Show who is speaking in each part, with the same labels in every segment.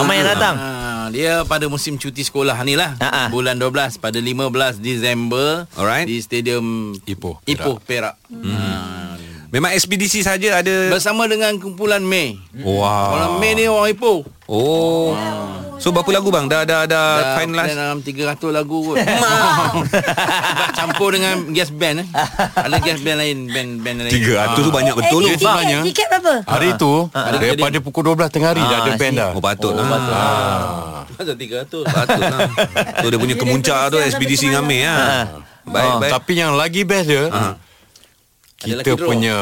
Speaker 1: ramai yang datang.
Speaker 2: Ah, dia pada musim cuti sekolah ni lah
Speaker 1: Ha, ha.
Speaker 2: Bulan 12 Pada 15 Disember
Speaker 3: Alright.
Speaker 2: Di stadium
Speaker 3: Ipoh, Perak.
Speaker 2: Ipoh Perak Ah.
Speaker 3: Memang ekspedisi saja ada.
Speaker 2: Bersama dengan kumpulan Mei
Speaker 3: Wah.
Speaker 2: Orang Mei ni orang Ipoh
Speaker 3: Oh. So berapa lagu bang? Dah dah dah,
Speaker 2: Dah
Speaker 3: finalize.
Speaker 2: plan dalam 300 lagu kot Sebab campur dengan gas band eh. Ada gas band lain band band lain. Ah.
Speaker 3: Tiga ratus tu banyak
Speaker 4: Eh
Speaker 3: betul
Speaker 4: ni
Speaker 3: tu
Speaker 4: tiket, tiket berapa?
Speaker 5: Hari tu Ah.
Speaker 3: Ah,
Speaker 5: Daripada pukul 12 tengah hari Dah ada band dah Ah.
Speaker 3: Oh patut lah patut lah,
Speaker 2: Masa 300.
Speaker 3: patut lah. Tu dia punya kemuncak
Speaker 4: Dia
Speaker 3: tu
Speaker 4: dah
Speaker 3: Ekspedisi
Speaker 4: sampai
Speaker 3: Ngameh lah Baik,
Speaker 5: Ah,
Speaker 3: baik. Ah.
Speaker 5: Tapi yang lagi best dia
Speaker 2: Ada
Speaker 5: Kita
Speaker 2: lucky draw.
Speaker 5: punya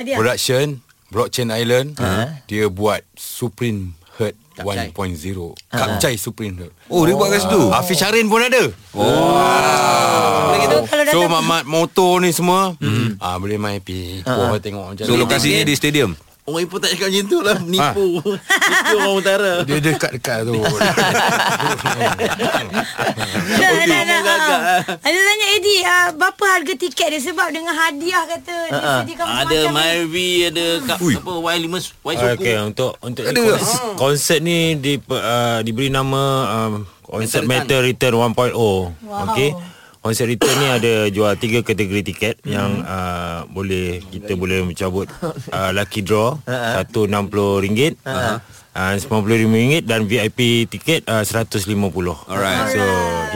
Speaker 4: Hadiah.
Speaker 5: Production Blockchain Island
Speaker 3: Ah.
Speaker 5: Dia buat Supreme Herd
Speaker 2: Kapcai.
Speaker 5: 1.0 Kapcai Supreme Herd
Speaker 3: Ah.
Speaker 5: Ah,
Speaker 3: Oh, dia buat kat situ. Ah.
Speaker 5: Hafiz Syarin pun ada
Speaker 4: So, kalau
Speaker 5: So
Speaker 4: datang
Speaker 5: mamat motor ni semua ah Boleh main pergi Kau tengok macam
Speaker 3: Ah.
Speaker 5: Ha.
Speaker 3: So lokasinya di stadium.
Speaker 2: Orang Ipoh tak cakap macam tu lah Menipu Itu orang utara
Speaker 5: Dia dekat-dekat tu
Speaker 4: Dah, dah, dah, dah. ha. Ada tanya Eddie, ah, berapa harga tiket dia sebab dengan hadiah kata
Speaker 1: Ha,
Speaker 4: dia sediakan
Speaker 2: Ada
Speaker 4: macam-macam.
Speaker 2: Myvi Ada kat, apa Y5 Y Soku
Speaker 6: Okey Ah, untuk untuk ni kons- konsert ni di uh, diberi nama um, konsert Metal
Speaker 2: Metal
Speaker 6: Return 1.0. Okey. Konsert return ni ada jual tiga kategori tiket hmm. yang uh, boleh kita boleh mencabut uh, lucky draw satu RM60 uh-huh. uh, RM95 dan VIP tiket uh, RM150.
Speaker 3: Alright.
Speaker 6: So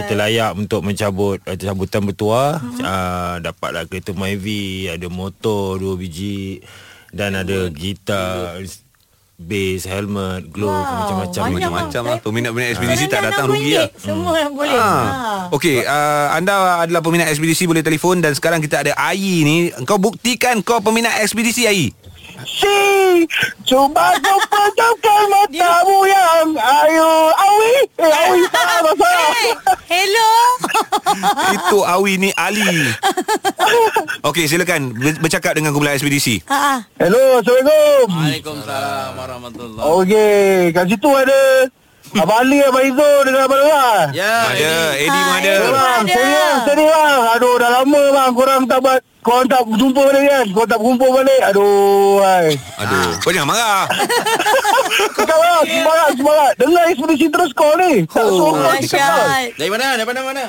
Speaker 6: kita layak untuk mencabut uh, cabutan bertuah hmm. uh, dapatlah kereta Myvi, ada motor dua biji dan ada gitar, bass, helmet, glove
Speaker 4: Wow,
Speaker 6: macam-macam
Speaker 4: banyak
Speaker 3: Macam-macam lah Peminat-peminat ekspedisi
Speaker 4: Orang
Speaker 3: tak
Speaker 4: dah
Speaker 3: datang
Speaker 4: nak
Speaker 3: rugi
Speaker 4: boleh.
Speaker 3: lah
Speaker 4: Semua yang boleh. Ha.
Speaker 3: Ha. Okey, uh, anda adalah peminat ekspedisi boleh telefon dan sekarang kita ada Ai ni. Kau buktikan kau peminat ekspedisi Ai.
Speaker 7: Si Cuma kau pejamkan matamu yang Ayu Awi Eh Awi salah bahasa
Speaker 4: Hey, hello.
Speaker 3: Itu Awi ni Ali. Okey, silakan ber- bercakap dengan kumpulan ekspedisi.
Speaker 4: Ha, ha.
Speaker 7: Hello Assalamualaikum
Speaker 2: Waalaikumsalam Warahmatullahi
Speaker 7: Okey Kat situ ada Abang Ali Abang Izo Dengan Abang Luar
Speaker 2: Ya
Speaker 3: Ada Eddie
Speaker 4: Hai.
Speaker 3: pun ada.
Speaker 4: Hello.
Speaker 7: Korang
Speaker 4: Ada.
Speaker 7: Serius Serius bang lah, Aduh dah lama bang Korang tak buat Korang tak jumpa balik kan Korang tak berkumpul balik Aduh hai.
Speaker 3: Aduh, kau jangan marah.
Speaker 7: Cakap bang Semangat semangat Dengar ekspedisi terus call ni Tak
Speaker 3: Oh,
Speaker 2: Oh,
Speaker 7: suruh kau cakap
Speaker 4: Dahsyat.
Speaker 2: Dari mana? Daripada mana?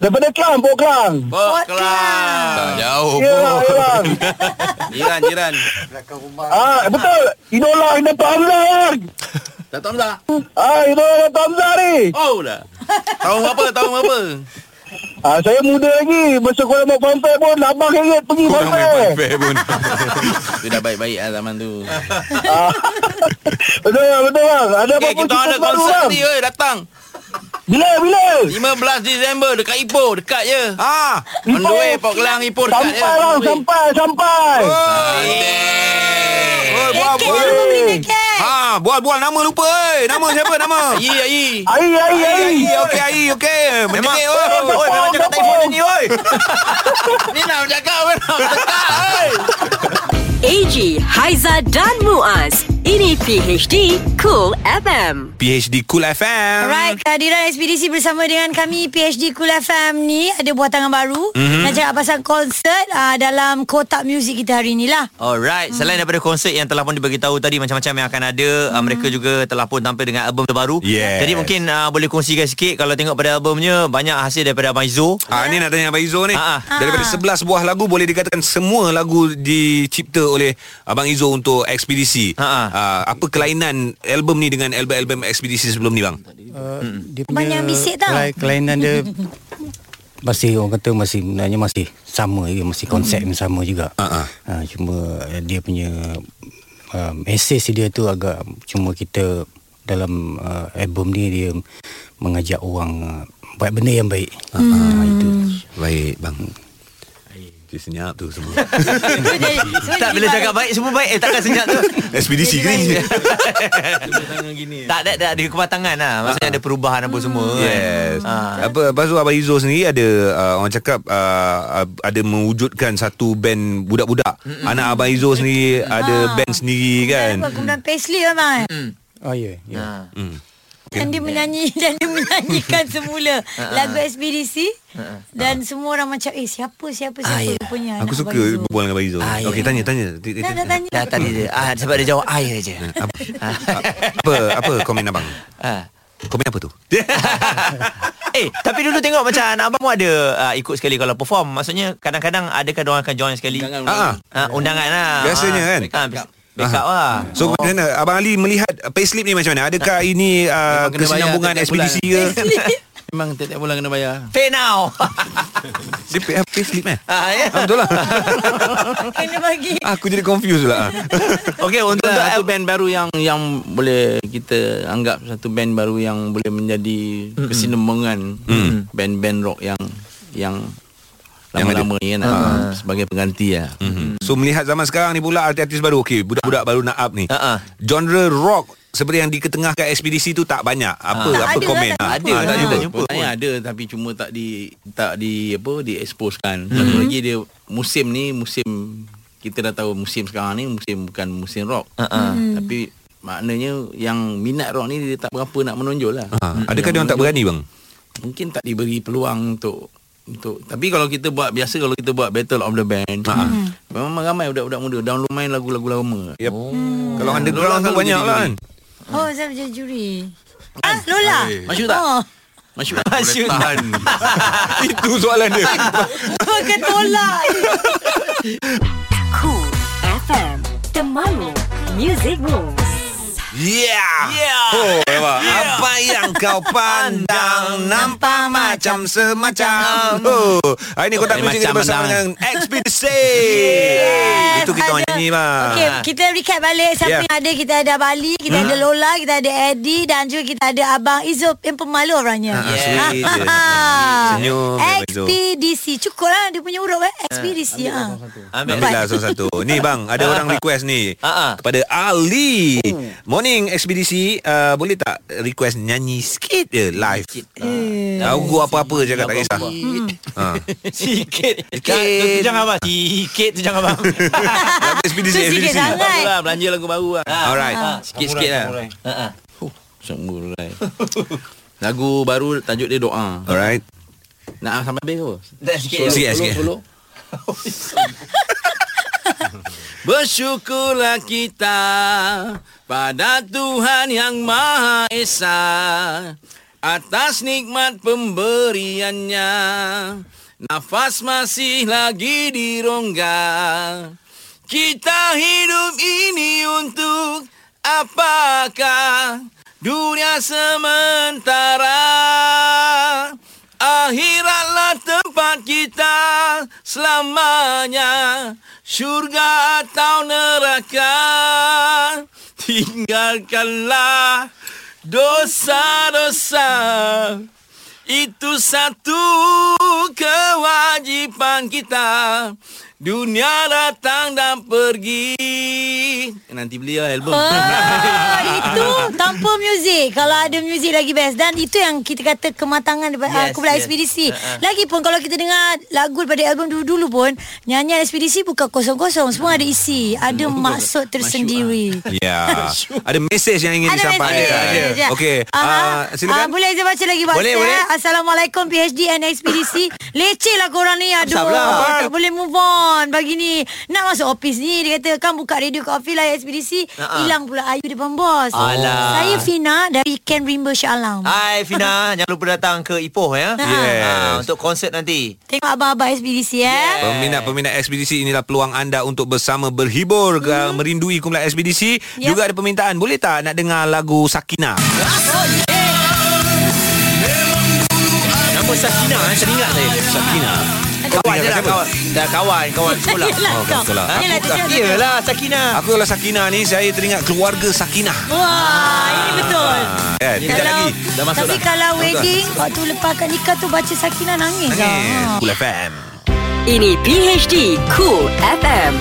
Speaker 7: Daripada Kelang Pok Kelang
Speaker 2: Bok Kelang
Speaker 5: Jauh
Speaker 7: Ya yeah, bang
Speaker 2: Jiran, jiran
Speaker 7: Ah, betul. Idola yang dapat Hamzah bang.
Speaker 2: Datang tak?
Speaker 7: Ah, idola yang dapat Hamzah ni.
Speaker 3: Eh.
Speaker 2: Oh dah Tahun apa? Tahun apa?
Speaker 7: Ah, saya muda lagi. Masa korang buat fanfare pun, abang keret pergi fanfare.
Speaker 3: pun.
Speaker 2: Itu dah baik-baik lah zaman tu
Speaker 7: Betul bang, betul bang. Ada apa
Speaker 2: Okay,
Speaker 7: pun
Speaker 2: kita ada konsert ni oi, Datang
Speaker 7: Bila, bila?
Speaker 2: 15 Disember Dekat Ipoh Dekat je
Speaker 3: ah,
Speaker 2: On the way Pok Kelang Ipoh Dekat je
Speaker 7: Sampai bang, sampai, sampai.
Speaker 3: oi, buat
Speaker 4: Tiket
Speaker 3: buat.
Speaker 4: siapa beli tiket?
Speaker 3: Ha, buat buat nama lupa oi. Nama siapa nama?
Speaker 2: Ayi, ayi
Speaker 7: Ai, ai, ai.
Speaker 3: Ai, okey Ai, okey. Memang oi.
Speaker 7: Oi, memang cakap telefon ni,
Speaker 3: oi.
Speaker 2: Ni nak cakap apa nak cakap oi.
Speaker 8: AG, Haiza dan Muaz. Ini PHD Cool FM.
Speaker 3: PHD Cool FM.
Speaker 4: Alright, kehadiran ekspedisi bersama dengan kami PhD Cool FM ni ada buat tangan baru.
Speaker 3: Mhm.
Speaker 4: Mm-hmm. Nak cakap pasal konsert uh, dalam kotak muzik kita hari lah. inilah.
Speaker 1: Alright,
Speaker 3: Hmm.
Speaker 1: selain daripada konsert yang telah pun diberitahu tadi macam-macam yang akan ada, hmm. mereka juga telah pun tampil dengan album terbaru.
Speaker 3: Yes.
Speaker 1: Jadi mungkin uh, boleh kongsikan sikit kalau tengok pada albumnya banyak hasil daripada Abang Izo.
Speaker 3: Ah ni nak tanya Abang Izo ni.
Speaker 1: Ah, ah.
Speaker 3: Daripada 11 buah lagu boleh dikatakan semua lagu dicipta oleh Abang Izo untuk ekspedisi.
Speaker 1: Ah, ah.
Speaker 3: Ah, apa kelainan album ni dengan album-album ekspedisi sebelum ni bang?
Speaker 9: Uh, dia
Speaker 4: Banyak bisik tau.
Speaker 9: kelai- Kelainan dia masih orang kata masih sebenarnya masih sama juga masih konsep yang sama juga.
Speaker 3: Ha, ha.
Speaker 9: Ha, cuma eh, dia punya uh, message dia tu agak cuma kita dalam uh, album ni dia mengajak orang uh, buat benda yang baik. Ha, ha, itu.
Speaker 3: Baik bang.
Speaker 9: Hmm.
Speaker 3: Dia senyap tu semua.
Speaker 4: Semua jadi- semua
Speaker 1: Tak
Speaker 4: jadi
Speaker 1: bila cakap baik semua baik Eh takkan senyap tu
Speaker 3: ekspedisi ni.
Speaker 1: Tak ada, tak ada kematangan lah Maksudnya ada perubahan apa semua
Speaker 3: Ah. Hmm. Yes.
Speaker 1: kan. Ah.
Speaker 3: Apa lepas tu Abang Izo sendiri ada uh, orang cakap uh, ab- ada mewujudkan satu band budak-budak. Anak Abang Izo sendiri
Speaker 1: Ah.
Speaker 3: ada band sendiri kan.
Speaker 4: Apa, Kemudian Paisley lah Mai
Speaker 9: Oh ya. Yeah, yeah.
Speaker 1: Ah.
Speaker 3: Hmm.
Speaker 4: Dan dia menyanyi Dan dia menyanyikan semula Lagu SBDC
Speaker 1: Ah,
Speaker 4: Dan semua orang macam Eh siapa siapa siapa Rupanya
Speaker 3: Ah. ya. Aku
Speaker 4: anak
Speaker 3: suka
Speaker 4: Abang Izzul.
Speaker 3: berbual dengan Abang Izo.
Speaker 1: Ah, ya.
Speaker 3: Okey tanya tanya.
Speaker 4: Dah dah tanya
Speaker 1: Dah tadi dia ah, Sebab dia jawab air je
Speaker 3: Hmm, apa, apa apa komen abang?
Speaker 1: ah.
Speaker 3: Komen apa tu?
Speaker 1: Eh tapi dulu tengok macam Anak abang pun ada ah, Ikut sekali kalau perform Maksudnya kadang-kadang Adakah orang akan join sekali
Speaker 2: Undangan,
Speaker 3: undangan.
Speaker 1: Ah, Undangan lah
Speaker 3: Biasanya kan?
Speaker 1: ah, bis- Backup lah
Speaker 3: So oh. macam mana Abang Ali melihat Payslip ni macam mana Adakah ini uh,
Speaker 2: Memang kena
Speaker 3: Kesinambungan
Speaker 2: bayar setiap
Speaker 3: ekspedisi ke
Speaker 2: Memang tiap-tiap bulan kena bayar
Speaker 1: Pay now
Speaker 3: Dia pay- payslip eh
Speaker 1: ah, ya.
Speaker 3: Ah, Betul lah
Speaker 4: Kena bagi
Speaker 3: Aku jadi confused pula
Speaker 1: Okay untuk, untuk
Speaker 2: Satu
Speaker 1: al-
Speaker 2: band baru yang yang boleh kita anggap satu band
Speaker 3: Mm.
Speaker 2: baru yang boleh menjadi kesinambungan band-band rock yang yang lama-lama ni kan ah, sebagai pengganti lah.
Speaker 3: Mm-hmm. So melihat zaman sekarang ni pula artis-artis baru okey budak-budak baru nak up ni.
Speaker 1: Ha-ha.
Speaker 3: Genre rock seperti yang diketengahkan ekspedisi tu tak banyak. Apa
Speaker 4: Tak
Speaker 3: apa
Speaker 4: ada lah,
Speaker 3: komen?
Speaker 4: tak
Speaker 3: ah?
Speaker 1: jumpa.
Speaker 3: Ah,
Speaker 1: Tak
Speaker 3: tak
Speaker 1: ada.
Speaker 3: jumpa.
Speaker 1: jumpa
Speaker 2: Saya ada tapi cuma tak di tak di apa
Speaker 3: Hmm.
Speaker 2: dieksposkan. Mm-hmm. Satu lagi dia musim ni musim kita dah tahu musim sekarang ni musim bukan musim rock.
Speaker 3: Ah,
Speaker 1: Ha-ha.
Speaker 3: Hmm.
Speaker 2: Mm. Tapi maknanya yang minat rock ni dia tak berapa nak menonjol lah.
Speaker 3: Ha, adakah
Speaker 2: Yang
Speaker 3: dia orang tak
Speaker 2: menonjol,
Speaker 3: berani bang?
Speaker 2: Mungkin tak diberi peluang untuk untuk tapi kalau kita buat biasa kalau kita buat battle of the band
Speaker 3: Ah.
Speaker 2: mm. memang ramai budak-budak muda download main lagu-lagu lama.
Speaker 3: Yep. Kalau underground
Speaker 2: Lola
Speaker 3: tu
Speaker 2: selalu
Speaker 3: banyak
Speaker 2: jadi
Speaker 3: lah
Speaker 2: juri.
Speaker 3: kan.
Speaker 4: Oh, saya jadi juri. Ah, Lola.
Speaker 3: Eh,
Speaker 2: Masuk tak?
Speaker 4: Oh,
Speaker 2: Masuk tak?
Speaker 1: Asyik
Speaker 5: Tahan
Speaker 3: Itu soalan dia.
Speaker 4: kau tolak.
Speaker 8: Cool FM Temanmu Music Rules
Speaker 3: Yeah. yeah. Oh, nampak. Apa yang kau pandang nampak macam semacam. Oh, hari ni kau tak
Speaker 2: Macam
Speaker 3: mesti kita bersama
Speaker 2: pandang.
Speaker 3: dengan Ekspedisi. Itu kita
Speaker 4: Eh,
Speaker 3: orang
Speaker 4: ada.
Speaker 3: nyanyi lah. bang.
Speaker 4: Okey, kita recap balik siapa
Speaker 3: Yeah.
Speaker 4: yeah. yang ada. Kita ada Bali, kita hmm. ada Lola, kita ada Eddie dan juga kita ada Abang Izub yang pemalu orangnya.
Speaker 3: Ah,
Speaker 1: Yeah.
Speaker 3: sweet Ah, je. Senyum, Abang Izub.
Speaker 4: Ekspedisi. Cukup lah dia punya huruf eh. Ekspedisi. Ah.
Speaker 1: Ambil
Speaker 3: Ambil lah satu-satu Ni bang Ada orang request ni
Speaker 1: Ah, ah.
Speaker 3: Kepada Ali
Speaker 4: Hmm.
Speaker 3: Morning ekspedisi uh, Boleh tak request nyanyi sikit je live Lagu apa-apa cakap tak kisah
Speaker 4: Hmm.
Speaker 3: ha.
Speaker 1: Sikit
Speaker 3: Sikit.
Speaker 1: Itu jangan abang Sikit tu jangan abang
Speaker 3: Lagu ekspedisi
Speaker 4: Tu sikit
Speaker 3: ekspedisi
Speaker 4: sangat.
Speaker 2: Baru lah belanja lagu baru lah.
Speaker 3: Alright
Speaker 1: Ah.
Speaker 2: Sikit-sikit lah. Samurai. Lagu baru tajuk dia doa.
Speaker 3: Alright
Speaker 2: Nak ah, sampai habis ke?
Speaker 1: Dah sikit
Speaker 3: Sikit lah, sikit.
Speaker 2: Solo, solo. Bersyukurlah kita pada Tuhan yang Maha Esa atas nikmat pemberiannya. Nafas masih lagi di rongga. Kita hidup ini untuk apakah? Dunia sementara. Akhiratlah tempat kita selamanya Syurga atau neraka Tinggalkanlah dosa-dosa Itu satu kewajipan kita Dunia datang dan pergi Nanti beli lah album
Speaker 4: Ah, itu tanpa muzik. Kalau ada muzik lagi best dan itu yang kita kata kematangan daripada yes,
Speaker 1: Yes,
Speaker 4: kumpulan
Speaker 1: yes.
Speaker 4: yes. ekspedisi. Uh-huh. Lagipun kalau kita dengar lagu daripada album dulu-dulu pun nyanyian ekspedisi bukan kosong-kosong, semua ada isi, ada maksud tersendiri.
Speaker 3: Ya Ada mesej yang ingin disampaikan
Speaker 4: message. ya.
Speaker 3: Okey
Speaker 4: Aha.
Speaker 3: uh, Silakan
Speaker 4: Ah, boleh saya baca lagi WhatsApp.
Speaker 3: Boleh, boleh.
Speaker 4: Assalamualaikum PhD and ekspedisi. Leceh lah korang ni. Aduh.
Speaker 3: Sabarlah.
Speaker 4: Tak boleh move on pagi ni. Nak masuk office ni. Dia kata, kan buka radio kat office lah ekspedisi. Hilang pula Ayu depan bos.
Speaker 1: Alah.
Speaker 4: Saya Fina dari Ken Rimba Shah Alam.
Speaker 1: Hai Fina Jangan lupa datang ke Ipoh ya
Speaker 3: Yes.
Speaker 1: Ah, Untuk konsert nanti
Speaker 4: Tengok abang-abang ekspedisi eh.
Speaker 3: Peminat-peminat ekspedisi inilah peluang anda untuk bersama berhibur hmm. merindui kumpulan ekspedisi.
Speaker 4: Ya.
Speaker 3: Juga ada permintaan, boleh tak nak dengar lagu Sakina?
Speaker 1: Nama Sakina eh, Teringat saya Sakina Kawan je lah kawan Dah kawan Kawan sekolah
Speaker 4: Yelah
Speaker 3: Oh,
Speaker 4: kau.
Speaker 3: betul lah.
Speaker 4: Yelah, tu dia, tu dia.
Speaker 1: Yelah Sakina
Speaker 3: Aku kalau Sakina ni saya teringat keluarga Sakina.
Speaker 4: Wah, ini betul.
Speaker 3: Ah, kan? Kejap
Speaker 4: Kalau,
Speaker 3: lagi.
Speaker 4: tapi kalau wedding Waktu lepas kat nikah tu Baca Sakina nangis,
Speaker 3: Nangis.
Speaker 4: lah.
Speaker 3: Cool FM.
Speaker 8: Ini PHD Cool FM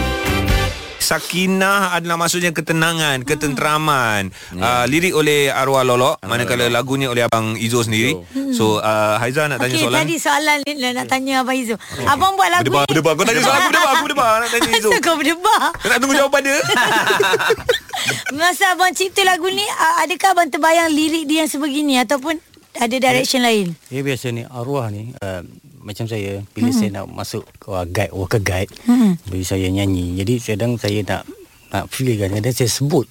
Speaker 3: Sakinah adalah maksudnya
Speaker 4: Hmm.
Speaker 3: ketenangan, ketenteraman.
Speaker 1: Ya.
Speaker 3: Uh, lirik oleh Arwah Lolok, manakala lagunya oleh abang Izo sendiri. So uh, Haiza nak tanya
Speaker 4: Hmm. Okey,
Speaker 3: soalan. Oh.
Speaker 4: tadi soalan ni lah nak tanya Abang Izzul. Abang buat lagu
Speaker 3: Berdebar,
Speaker 4: ni.
Speaker 3: berdebar. Kau tanya soalan aku berdebar, aku berdebar. Nak tanya Izo.
Speaker 4: Masa kau berdebar.
Speaker 3: Kau nak tunggu jawapan dia?
Speaker 4: Masa abang cipta lagu ni, a- adakah abang terbayang lirik dia yang sebegini ataupun ada direction lain?
Speaker 3: Eh,
Speaker 9: Dia biasa ni arwah ni uh, macam saya bila hmm. saya nak masuk uh, guide worker guide hmm. bila saya nyanyi. Jadi kadang saya nak nak feel kan kadang saya sebut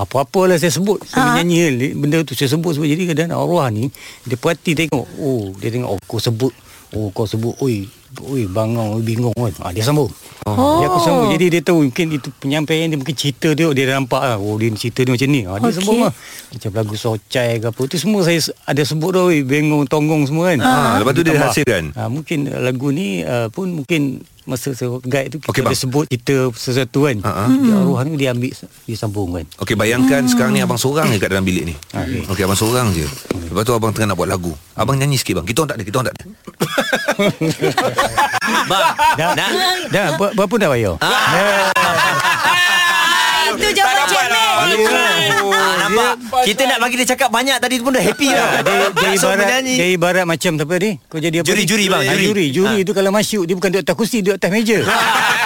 Speaker 9: apa-apalah saya sebut saya ha. nyanyi li- benda tu saya sebut sebut jadi kadang arwah ni dia perhati tengok oh dia tengok oh kau sebut oh kau sebut oi oi bangang oi bingung kan ha, dia sambung oh. dia aku sambung jadi dia tahu mungkin itu penyampaian dia mungkin cerita dia dia dah nampak lah oh dia cerita dia macam ni ha, dia
Speaker 4: Okey.
Speaker 9: okay. sambung lah macam lagu Socai ke apa tu semua saya s- ada sebut dah weh bengong tonggong semua kan.
Speaker 3: Ah, lepas tu dia
Speaker 9: Tambah.
Speaker 3: hasilkan.
Speaker 9: Ah, mungkin uh, lagu ni uh, pun mungkin masa saya guide tu kita
Speaker 3: Okey,
Speaker 9: okay,
Speaker 3: bang.
Speaker 9: ada sebut kita sesuatu kan.
Speaker 3: Ah, ah.
Speaker 9: Uh-huh. Dia arwah ni dia ambil dia sambung kan.
Speaker 3: Okey bayangkan hmm. sekarang ni abang seorang je kat dalam bilik ni.
Speaker 9: Ah, okey.
Speaker 3: Okey abang seorang je. Lepas tu abang tengah nak buat lagu. Abang nyanyi sikit bang. Kita orang tak ada, kita orang tak ada.
Speaker 1: Ah. Bang Dah Dah
Speaker 9: Dah, ber- berapa dah bayar?
Speaker 4: Ah, itu jawapan cikmin.
Speaker 1: Ah, lah. nampak Ya, Kita nak bagi dia cakap banyak Tadi pun dah happy dah
Speaker 9: Dia, dia
Speaker 1: So,
Speaker 9: ibarat
Speaker 1: menyanyi.
Speaker 9: Dia ibarat macam apa ni Kau jadi apa
Speaker 1: Juri,
Speaker 9: ni?
Speaker 1: juri, bang,
Speaker 9: Ah,
Speaker 1: juri. Ah.
Speaker 9: Juri Juri tu kalau masuk Dia bukan duduk atas kursi Duduk atas meja Atas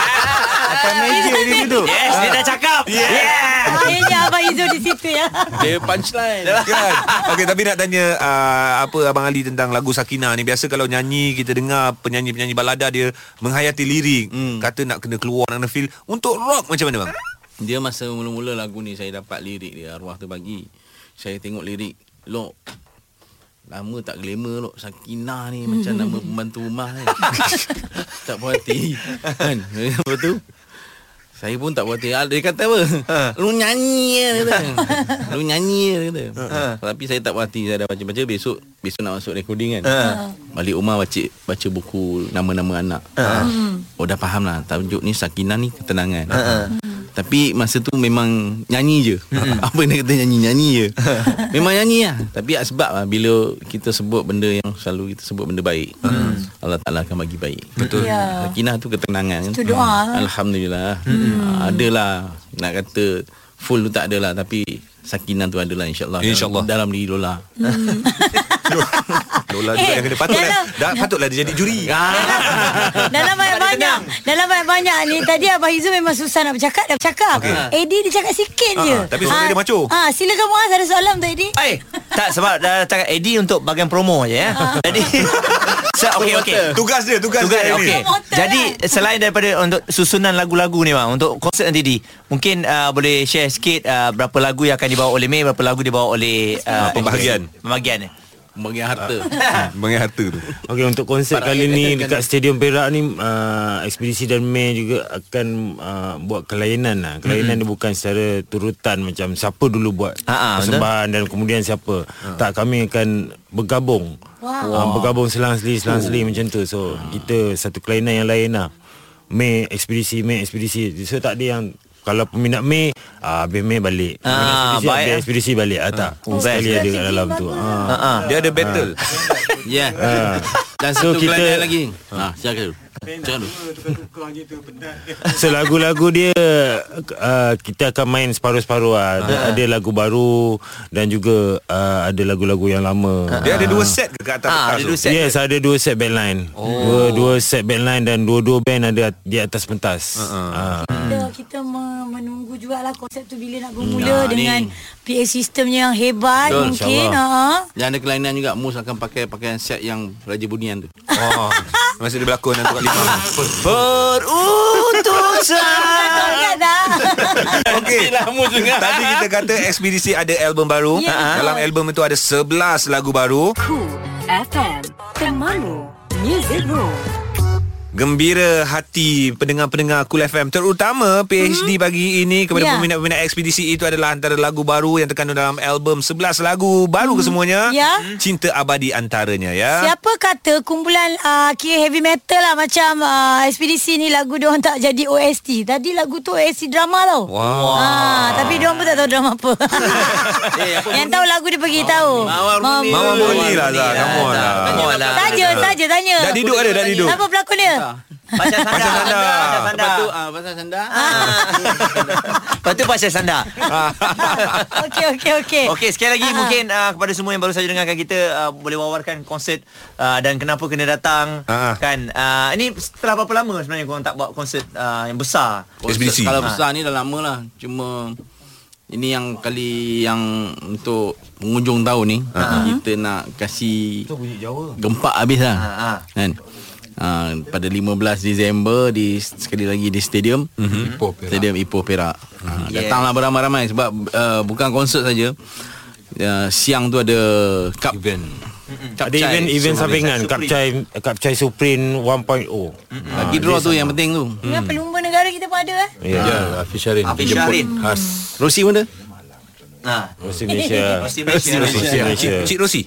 Speaker 4: Eh,
Speaker 9: meja dia duduk
Speaker 1: Yes dia dah cakap Yeah,
Speaker 4: Akhirnya Eh, Abang Izo di situ ya.
Speaker 2: Dia punchline
Speaker 3: Kan? Okey tapi nak tanya uh, apa abang Ali tentang lagu Sakina ni. Biasa kalau nyanyi kita dengar penyanyi-penyanyi balada dia menghayati lirik, kata nak kena keluar nak kena feel. Untuk rock macam mana bang?
Speaker 2: Dia masa mula-mula lagu ni Saya dapat lirik dia Arwah tu bagi Saya tengok lirik Lok Lama tak glamour lok Sakinah ni Macam nama pembantu rumah ni Tak puas hati Kan Lepas tu Saya pun tak puas hati Ah, Dia kata apa Lu nyanyi lah, dia kata Lu nyanyi lah, dia kata Tapi saya tak puas hati Saya dah baca-baca Besok Besok nak masuk recording kan
Speaker 7: Ha. Ah.
Speaker 2: Balik rumah baca Baca buku Nama-nama anak
Speaker 9: Ah. Ha.
Speaker 1: Hmm.
Speaker 2: Oh dah faham lah Tajuk ni Sakinah ni Ketenangan
Speaker 3: Ha,
Speaker 2: Ha. Tapi masa tu memang nyanyi je
Speaker 3: Hmm.
Speaker 2: Apa yang dia kata nyanyi Nyanyi je
Speaker 3: Ha.
Speaker 2: Memang nyanyi lah Tapi sebab lah Bila kita sebut benda yang Selalu kita sebut benda baik
Speaker 3: Hmm.
Speaker 2: Allah Ta'ala akan bagi baik Betul
Speaker 4: Ya.
Speaker 2: Sakinah tu ketenangan kan
Speaker 4: Itu doa lah.
Speaker 2: Alhamdulillah
Speaker 3: Hmm.
Speaker 2: ah, Adalah Nak kata Full tu tak adalah Tapi Sakinah tu adalah insyaAllah
Speaker 3: InsyaAllah.
Speaker 2: Dalam, dalam diri Lola
Speaker 4: Hmm.
Speaker 3: Lola juga
Speaker 4: Eh,
Speaker 3: yang kena patutlah.
Speaker 4: Lola.
Speaker 3: Dah patutlah dia jadi juri.
Speaker 4: Dalam banyak-banyak Dalam banyak-banyak ni Tadi Abang Izu memang susah nak bercakap Dah bercakap okay. Eddie dia cakap sikit
Speaker 3: Ah,
Speaker 4: je
Speaker 3: tapi suara
Speaker 4: Ah,
Speaker 3: dia macho.
Speaker 4: ah, Silakan Muaz ada soalan untuk Eddie
Speaker 1: Eh, tak sebab dah cakap Eddie untuk bagian promo je ya. Jadi so, okey okey.
Speaker 3: Tugas dia, tugas,
Speaker 1: Tugas dia
Speaker 3: dia ni.
Speaker 1: okey.
Speaker 4: Promoter
Speaker 1: Jadi selain daripada untuk susunan lagu-lagu ni bang untuk konsert nanti di mungkin uh, boleh share sikit uh, berapa lagu yang akan dibawa oleh May, berapa lagu dibawa oleh uh,
Speaker 3: Ah, pembahagian.
Speaker 1: Pembahagian. eh.
Speaker 2: Bagi harta
Speaker 3: Mengenai harta tu. kan,
Speaker 6: Okey untuk konsert
Speaker 2: Para
Speaker 6: kali
Speaker 2: yang
Speaker 6: ni
Speaker 2: katakan-
Speaker 6: dekat Stadium Perak ni uh, ekspedisi dan May juga akan uh, buat kelainan lah. Kelainan mm-hmm. dia bukan secara turutan macam siapa dulu buat
Speaker 1: Ha, ha,
Speaker 6: persembahan dan kemudian siapa.
Speaker 3: Ha.
Speaker 6: Tak kami akan bergabung. Wow. Uh,
Speaker 1: Ah,
Speaker 6: bergabung selang-seli
Speaker 9: Oh.
Speaker 6: selang-seli macam tu. So kita satu kelainan yang lain lah. May ekspedisi May ekspedisi. So tak ada yang kalau peminat May ah, Habis May balik Peminat
Speaker 1: Ah,
Speaker 6: ekspedisi,
Speaker 1: baik,
Speaker 3: lah.
Speaker 6: Habis
Speaker 1: eh.
Speaker 6: ekspedisi balik ah, Tak
Speaker 1: Oh,
Speaker 6: Sekali
Speaker 1: best.
Speaker 6: ada kat dalam tu ah.
Speaker 1: Ha ah.
Speaker 3: Dia ada battle.
Speaker 2: Ya yeah.
Speaker 6: Ah.
Speaker 2: Dan
Speaker 6: So,
Speaker 2: satu
Speaker 6: kita-
Speaker 2: kelainan lagi
Speaker 3: Ah.
Speaker 2: ha, Silakan dulu Silakan dulu
Speaker 6: So lagu-lagu dia uh, Kita akan main separuh-separuh lah. ada,
Speaker 3: Ah.
Speaker 6: ada lagu baru Dan juga uh, Ada lagu-lagu yang lama
Speaker 3: Dia ada dua set ke kat atas
Speaker 1: Ah,
Speaker 3: pentas
Speaker 1: dia
Speaker 3: tu?
Speaker 1: dua set.
Speaker 6: Yes ada dua set bandline oh. Dua dua set bandline Dan dua-dua band ada at- di atas pentas
Speaker 3: Ah,
Speaker 6: uh-uh. uh.
Speaker 4: Kita, kita me- menunggu jugalah konsep tu bila nak bermula
Speaker 2: Nah,
Speaker 4: dengan
Speaker 2: ni.
Speaker 4: PA system yang hebat
Speaker 2: Betul,
Speaker 4: mungkin. Ha.
Speaker 2: Dan ada kelainan juga Mus akan pakai pakaian set yang Raja Bunian tu
Speaker 3: Oh, masa dia berlakon dalam Tukar Lima.
Speaker 1: Berutusan.
Speaker 4: Betul kan tak?
Speaker 3: Okey. Tadi kita kata ekspedisi ada album baru.
Speaker 4: Ya.
Speaker 3: Dalam album itu ada 11 lagu baru.
Speaker 8: Cool FM Temanmu Music Room
Speaker 3: Gembira hati pendengar-pendengar Cool FM Terutama PhD hmm. pagi ini Kepada
Speaker 4: Ya.
Speaker 3: peminat-peminat ekspedisi Itu adalah antara lagu baru Yang terkandung dalam album 11 lagu baru hmm. kesemuanya
Speaker 4: Ya.
Speaker 3: Cinta abadi antaranya ya
Speaker 4: Siapa kata kumpulan uh, kira heavy metal lah macam uh, ekspedisi ni lagu diorang tak jadi OST. Tadi lagu tu OST drama tau.
Speaker 3: Wow.
Speaker 4: Ha, tapi diorang pun tak tahu drama apa. Yang tahu lagu dia pergi tahu.
Speaker 2: Mawar Muni.
Speaker 3: Mawar Muni lah Zah Come on
Speaker 2: Mawar
Speaker 3: lah
Speaker 2: Muni lah.
Speaker 1: Come on lah.
Speaker 4: Saja, saja tanya.
Speaker 3: Dah duduk ada Dah duduk Hmm.
Speaker 4: Apa pelakon dia?
Speaker 1: Pasal sanda.
Speaker 3: Pasal sandar.
Speaker 2: Lepas tu ah, Pasal sandar
Speaker 1: Lepas tu pasal sanda.
Speaker 4: Okey, okey, okey.
Speaker 1: Okey, sekali lagi
Speaker 4: Ah.
Speaker 1: mungkin uh, kepada semua yang baru saja dengarkan kita uh, boleh wawarkan konsert uh, dan kenapa kena datang
Speaker 3: Ah.
Speaker 1: kan. Uh, ini setelah berapa lama sebenarnya korang tak buat konsert uh, yang besar?
Speaker 3: Ekspedisi.
Speaker 2: Kalau
Speaker 3: Ha.
Speaker 2: besar ni dah lama lah Cuma Ini yang kali Yang untuk Pengunjung tahun ni
Speaker 3: Ah.
Speaker 2: Kita nak kasih Gempak habis lah
Speaker 1: Ha, ha.
Speaker 2: Kan Ah, pada 15 Disember di sekali lagi di stadium
Speaker 6: Mhm.
Speaker 5: Ipoh Perak.
Speaker 2: stadium Ipoh Perak Ah,
Speaker 1: Yes.
Speaker 2: datanglah beramai-ramai sebab uh, bukan konsert saja uh, siang tu ada cup
Speaker 5: Event.
Speaker 6: Ada
Speaker 2: cup chai.
Speaker 6: event event
Speaker 2: So,
Speaker 6: sampingan Kapcai Kapcai Suprin 1.0 Ah,
Speaker 2: Lagi draw tu yang penting tu
Speaker 4: Ya,
Speaker 6: Ya.
Speaker 4: pelumba negara kita pun ada eh.
Speaker 5: Ya, Hafiz Syarin.
Speaker 1: Hafiz
Speaker 5: Dijemput
Speaker 1: Syarin.
Speaker 5: Khas.
Speaker 2: Rosi pun ada
Speaker 1: Ha.
Speaker 6: Rosi Malaysia
Speaker 1: Rosi Malaysia.
Speaker 6: Rosi Malaysia
Speaker 3: Cik, Cik Rosi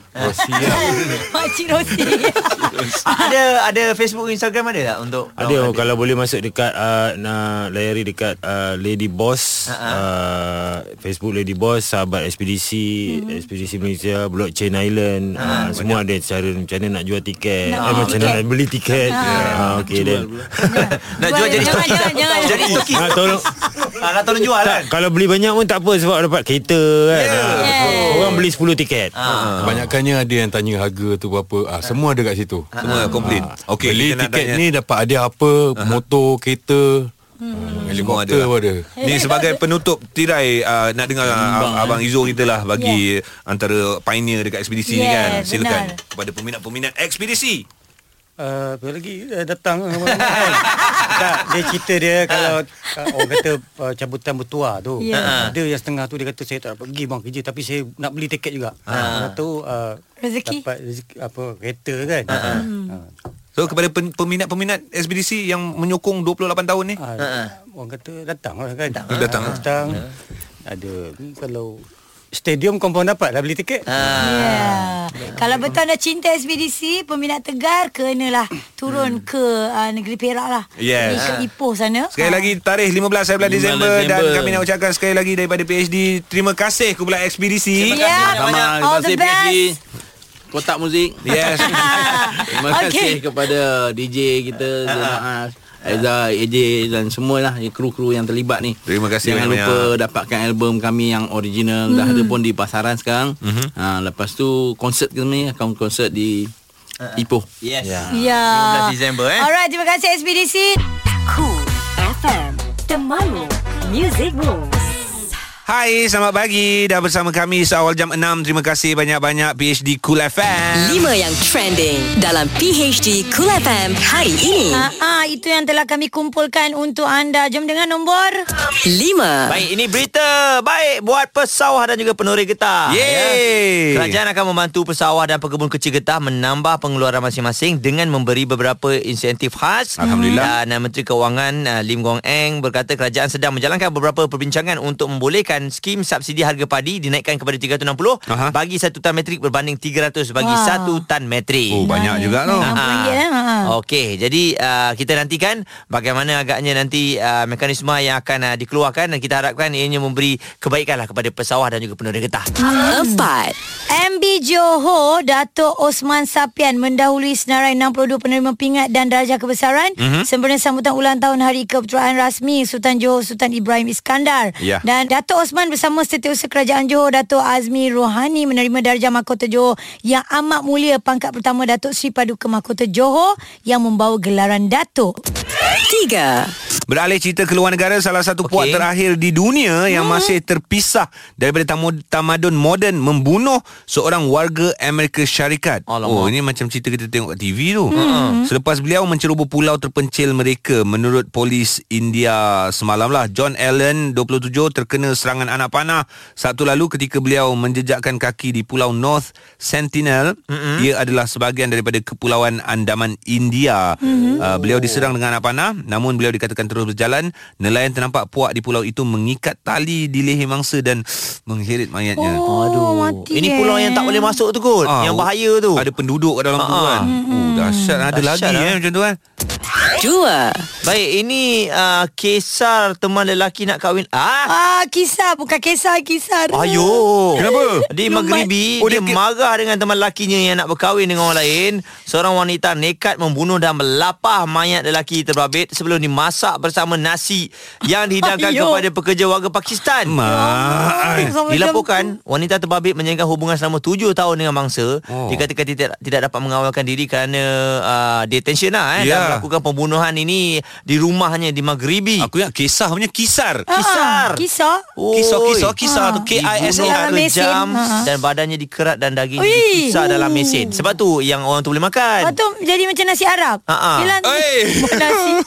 Speaker 4: Makcik Rosi
Speaker 1: Ah, ada ada Facebook Instagram ada tak untuk
Speaker 6: ada oh, kalau boleh masuk dekat uh, nak layari dekat uh, Lady Boss
Speaker 1: Ha-ha.
Speaker 6: uh, Facebook Lady Boss sahabat ekspedisi ekspedisi Malaysia Blockchain Island uh, semua ada cara macam mana nak jual tiket
Speaker 4: Nak
Speaker 6: eh,
Speaker 4: beli
Speaker 6: macam
Speaker 4: tiket.
Speaker 6: mana nak beli tiket ah okey then
Speaker 1: Nak jual jadi
Speaker 4: Jangan,
Speaker 1: toki
Speaker 4: jangan, jangan.
Speaker 1: Jadi toki
Speaker 6: Ah, tolong
Speaker 1: Ah, Nak tolong jual
Speaker 6: tak,
Speaker 1: kan
Speaker 6: kalau beli banyak pun tak apa sebab dapat kereta kan. Yeah.
Speaker 4: Yeah.
Speaker 6: Orang beli 10 tiket.
Speaker 5: Kebanyakannya ada yang tanya harga tu berapa. Ah semua ada kat situ.
Speaker 3: Ah. Semua komplain
Speaker 5: Ah,
Speaker 3: Okey kita
Speaker 5: Beli
Speaker 3: nak
Speaker 5: tiket
Speaker 3: tanya.
Speaker 5: ni dapat ada apa? Motor, kereta, hmm.
Speaker 3: Semua
Speaker 5: helikopter
Speaker 3: ada.
Speaker 5: pun ada.
Speaker 3: Ni sebagai penutup tirai uh, Nak dengar uh, Abang Izo kita lah Bagi antara pioneer dekat ekspedisi ni
Speaker 4: Yeah,
Speaker 3: kan Silakan
Speaker 4: Ya. benar.
Speaker 3: Kepada peminat-peminat ekspedisi
Speaker 9: Uh, apa lagi uh, datang eh, orang- kan? tak dia cerita dia kalau uh, orang kata uh, cabutan bertuah tu Ha.
Speaker 1: Ya.
Speaker 9: ada yang setengah tu dia kata saya tak dapat pergi bang kerja tapi saya nak beli tiket juga
Speaker 1: Ha.
Speaker 9: ha. tu uh,
Speaker 4: Rezeki.
Speaker 9: dapat rezeki apa kereta kan ha.
Speaker 4: Mhm.
Speaker 9: Ha.
Speaker 4: Hmm.
Speaker 3: So kepada pen- peminat-peminat ekspedisi Yang menyokong 28 tahun ni
Speaker 9: Ha. orang kata datang lah kan datang
Speaker 3: Datang. ha. Ya.
Speaker 9: datang ada ni kalau stadium kompon dapat lah beli tiket
Speaker 4: Ya. Kalau betul anda cinta ekspedisi, peminat tegar kenalah turun ke uh, negeri Perak lah.
Speaker 3: Yes.
Speaker 4: Pergi Ke Ipoh sana.
Speaker 3: Sekali
Speaker 4: Ah.
Speaker 3: lagi tarikh 15 hari bulan
Speaker 2: 15
Speaker 3: Disember Dan
Speaker 2: Disember.
Speaker 3: kami nak ucapkan sekali lagi Daripada PhD Terima kasih kepada ekspedisi
Speaker 4: Terima kasih
Speaker 2: Sama
Speaker 4: banyak-banyak.
Speaker 2: terima
Speaker 4: Ya, All
Speaker 2: kasih
Speaker 4: the best.
Speaker 2: PhD Kotak muzik
Speaker 3: Yes
Speaker 2: Terima
Speaker 4: Okey.
Speaker 2: okay. kasih kepada DJ kita
Speaker 3: Ha,
Speaker 2: Zainal Aizah, AJ dan semualah yang kru-kru yang terlibat ni.
Speaker 3: Terima kasih
Speaker 2: Jangan
Speaker 3: banyak-banyak.
Speaker 2: lupa dapatkan album kami yang original mm. dah ada
Speaker 1: Hmm.
Speaker 2: pun di pasaran sekarang. Mm-hmm.
Speaker 3: Mhm.
Speaker 2: Ha, lepas tu konsert kami akan konsert di Ipoh.
Speaker 1: Ha, Yes
Speaker 4: Ya.
Speaker 1: 15 Disember eh
Speaker 4: Alright, terima kasih ekspedisi.
Speaker 8: Cool FM Temanmu Music Rules
Speaker 3: Hai selamat pagi Dah bersama kami Seawal jam 6 Terima kasih banyak-banyak PhD Cool
Speaker 8: 5
Speaker 3: FM
Speaker 8: yang trending dalam PHD Cool FM hari ini.
Speaker 4: Ah, ah, itu yang telah kami kumpulkan untuk anda. Jom dengan nombor
Speaker 8: 5.
Speaker 1: Baik, ini berita baik buat pesawah dan juga penuri getah. Ya.
Speaker 3: Yeay.
Speaker 1: Kerajaan akan membantu pesawah dan pekebun kecil getah menambah pengeluaran masing-masing dengan memberi beberapa insentif khas.
Speaker 3: Alhamdulillah.
Speaker 1: Dan uh, Menteri Kewangan uh, Lim Guang Eng berkata kerajaan sedang menjalankan beberapa perbincangan untuk membolehkan skim subsidi harga padi dinaikkan kepada 360
Speaker 3: Aha.
Speaker 1: bagi satu tan metrik berbanding 300 bagi
Speaker 4: Wah.
Speaker 1: satu tan metrik.
Speaker 3: Oh banyak juga tu
Speaker 4: Ah, RM6, eh? Ha.
Speaker 1: Okey, jadi uh, kita nantikan bagaimana agaknya nanti uh, mekanisme yang akan uh, dikeluarkan dan kita harapkan ianya memberi kebaikan lah kepada pesawah dan juga peneroda getah.
Speaker 8: 4.
Speaker 4: MB Johor Dato' Osman Sapian mendahului senarai 62 penerima pingat dan darjah kebesaran
Speaker 1: Mhm.
Speaker 4: mm-hmm. sempena sambutan ulang tahun Hari Kepeteraan Rasmi Sultan Johor Sultan Ibrahim Iskandar.
Speaker 3: Ya.
Speaker 4: Dan Dato' Osman bersama Setiausaha Kerajaan Johor Dato' Azmi Rohani menerima darjah Mahkota Johor yang amat mulia pangkat pertama Dato' Sri Paduka Mahkota Johor yang membawa gelaran Dato'.
Speaker 8: 3.
Speaker 3: Beralih cerita keluar negara Salah satu okay. puak
Speaker 1: Okey.
Speaker 3: terakhir di dunia Yang
Speaker 4: Hmm.
Speaker 3: masih terpisah Daripada tamu, tamadun moden Membunuh seorang warga Amerika Syarikat
Speaker 1: Alamak.
Speaker 3: Oh ini macam cerita kita tengok kat TV tu hmm. Selepas beliau menceroboh pulau terpencil mereka Menurut polis India semalam lah John Allen 27 terkena serangan anak panah Sabtu lalu ketika beliau menjejakkan kaki di pulau North Sentinel mm-hmm. Ia adalah sebahagian daripada kepulauan Andaman India mm-hmm. uh, Beliau diserang dengan anak panah Namun beliau dikatakan terus berjalan Nelayan ternampak puak di pulau itu mengikat tali di leher mangsa Dan mengheret mayatnya
Speaker 4: Oh, Aduh. mati
Speaker 1: Ini
Speaker 4: eh.
Speaker 1: pulau yang tak boleh masuk tu kot,
Speaker 3: Ah,
Speaker 1: yang bahaya tu.
Speaker 3: Ada penduduk kat dalam tu
Speaker 1: Ah, ah.
Speaker 3: kan oh, Dahsyat ada
Speaker 1: Dahsyat
Speaker 3: lagi
Speaker 1: lah.
Speaker 3: eh, macam tu kan
Speaker 8: 2.
Speaker 1: Baik, ini uh, kisar teman lelaki nak kahwin. Ah,
Speaker 4: Ah, kisah bukan kisah kisah.
Speaker 1: ayo.
Speaker 3: Kenapa?
Speaker 1: Di Maghribi, oh,
Speaker 3: Oh, dia
Speaker 1: dia,
Speaker 3: ke-
Speaker 1: marah dengan teman lakinya yang nak berkahwin dengan orang lain. Seorang wanita nekat membunuh dan melapah mayat lelaki terbabit sebelum dimasak bersama nasi yang dihidangkan
Speaker 4: Ayuh.
Speaker 1: kepada pekerja warga Pakistan.
Speaker 3: Mak
Speaker 4: Sampai
Speaker 1: Dilaporkan wanita terbabit menjaga hubungan selama tujuh tahun dengan mangsa
Speaker 3: Oh.
Speaker 1: oh. dikatakan tidak tidak dapat mengawalkan diri kerana uh, detention lah eh,
Speaker 3: Ya.
Speaker 1: yeah. dan melakukan pembunuhan ini di rumahnya di Maghribi.
Speaker 3: Aku ingat kisah punya kisar
Speaker 4: Ah,
Speaker 1: Kisar.
Speaker 4: Kisar.
Speaker 3: Kisah-kisah Kisah tu
Speaker 4: Dibunuh.
Speaker 3: K-I-S-A-R
Speaker 4: Ah. Dalam mesin.
Speaker 1: Jam
Speaker 4: Ha.
Speaker 1: dan badannya dikerat dan daging
Speaker 4: Ui.
Speaker 1: dipisah dalam mesin. Sebab tu yang orang tu boleh
Speaker 4: Ah, Lepas
Speaker 1: makan.
Speaker 4: tu jadi macam nasi Arab.
Speaker 1: Ha-ha.
Speaker 4: Yelah,
Speaker 3: Oi.
Speaker 4: nasi. Ah,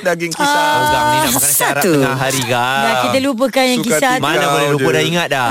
Speaker 5: daging kisar.
Speaker 1: Ogang ni nak makan syarat
Speaker 8: Satu.
Speaker 1: tengah hari kah?
Speaker 4: Dah kita lupakan yang
Speaker 5: Suka
Speaker 4: kisah
Speaker 5: hati.
Speaker 4: tu.
Speaker 1: Mana
Speaker 5: Kau
Speaker 1: boleh lupa
Speaker 5: je.
Speaker 1: dah ingat dah.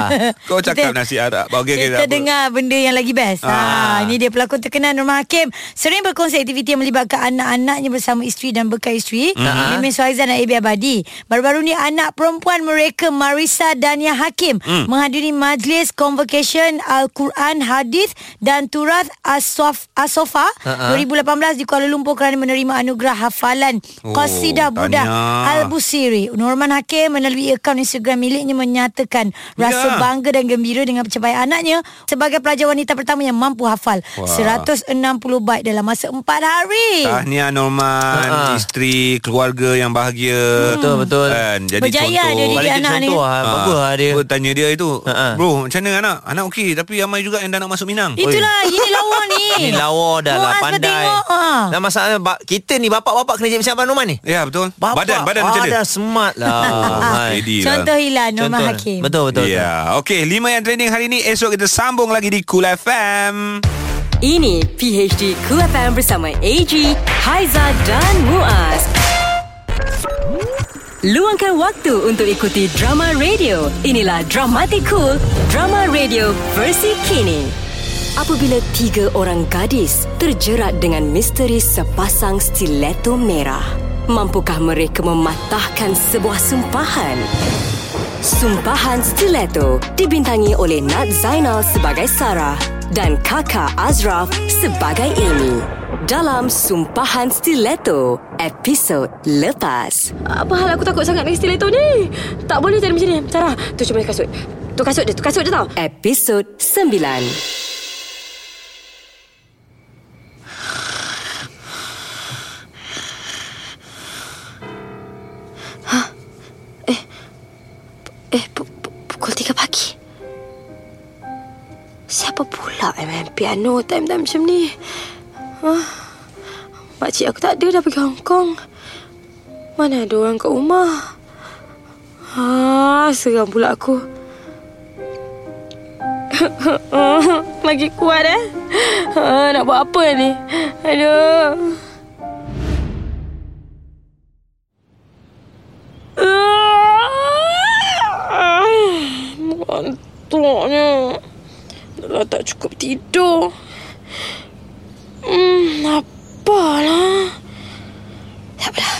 Speaker 3: Kau cakap
Speaker 4: Kita-
Speaker 3: nasi Arab. Okey, okey.
Speaker 4: kita
Speaker 3: tak apa.
Speaker 4: dengar benda yang lagi best.
Speaker 1: Ah.
Speaker 4: Ha, ini dia pelakon terkenal Norma Hakim sering berkongsi aktiviti yang melibatkan anak-anaknya bersama isteri dan bekal isteri,
Speaker 3: Mm-hmm.
Speaker 1: Ah.
Speaker 4: Mimin Suhaizan dan Ebi Abadi. Baru-baru ni anak perempuan mereka Marisa Dania Hakim
Speaker 3: Mm.
Speaker 4: menghadiri majlis convocation Al-Quran Hadis dan Turath Asof Asofa
Speaker 3: Uh-huh.
Speaker 4: 2018 di Kuala Lumpur kerana menerima anugerah hafalan
Speaker 3: Oh,
Speaker 4: qasidah Buddha
Speaker 3: tahniah.
Speaker 4: Al-Busiri. Norman Hakim melalui akaun Instagram miliknya menyatakan rasa
Speaker 3: Ya.
Speaker 4: bangga bangga dan gembira dengan pencapaian anaknya sebagai pelajar wanita pertama yang mampu hafal
Speaker 3: Wah.
Speaker 4: 160 bait dalam masa 4 hari.
Speaker 3: Tahniah Norman,
Speaker 1: Ha-ha.
Speaker 3: isteri, keluarga yang bahagia.
Speaker 1: Ah, Hmm. Betul, betul.
Speaker 3: Kan? Jadi
Speaker 4: Berjaya
Speaker 3: contoh.
Speaker 4: dia diri
Speaker 1: Balik
Speaker 4: anak
Speaker 1: contoh
Speaker 4: ni.
Speaker 1: lah.
Speaker 3: Ah,
Speaker 1: Bagus lah dia. Ah,
Speaker 3: Aku tanya dia itu
Speaker 1: Ha-ha.
Speaker 3: Bro macam mana anak Anak okey Tapi ramai juga yang dah nak masuk Minang
Speaker 4: Itulah ini lawa ni.
Speaker 1: Ni lawa dah lah
Speaker 4: Muaz
Speaker 1: pandai.
Speaker 4: bertengok, ha.
Speaker 1: Nah, masalah ba- kita ni bapak-bapak kena jadi macam Abang Norman ni.
Speaker 3: Ya betul
Speaker 1: Bapak,
Speaker 3: Badan Badan macam dia
Speaker 1: Badan smart lah. Hai.
Speaker 3: Jadi lah.
Speaker 4: Contoh Hilan Norma
Speaker 1: Contoh.
Speaker 4: Hakim.
Speaker 1: Betul betul. betul.
Speaker 3: Ya Okey Lima yang trending hari ni Esok kita sambung lagi di Cool FM
Speaker 8: Ini PHD Cool FM bersama AG, Haiza dan Muaz. Luangkan waktu untuk ikuti drama radio. Inilah Dramatik Cool, drama radio versi kini. Apabila tiga orang gadis terjerat dengan misteri sepasang stiletto merah, mampukah mereka mematahkan sebuah sumpahan? Sumpahan Stiletto dibintangi oleh Nat Zainal sebagai Sarah dan kakak Azraf sebagai Amy. Dalam Sumpahan Stiletto, episod lepas.
Speaker 10: Apa hal aku takut sangat dengan stiletto ni? Tak boleh jadi macam ni. Sarah, tu cuma kasut. Tu kasut dia, tu kasut dia tau.
Speaker 8: Episod sembilan.
Speaker 10: Eh, pu- pu- pukul 3 pagi. Siapa pula yang main piano time-time macam ni? Huh? Makcik aku tak ada dah pergi Hong Kong. Mana ada orang kat rumah? Ha, seram pula aku. Lagi kuat eh. Ha, nak buat apa ni? Aduh. Mengantuknya Dah tak cukup tidur Hmm, apalah Tak apalah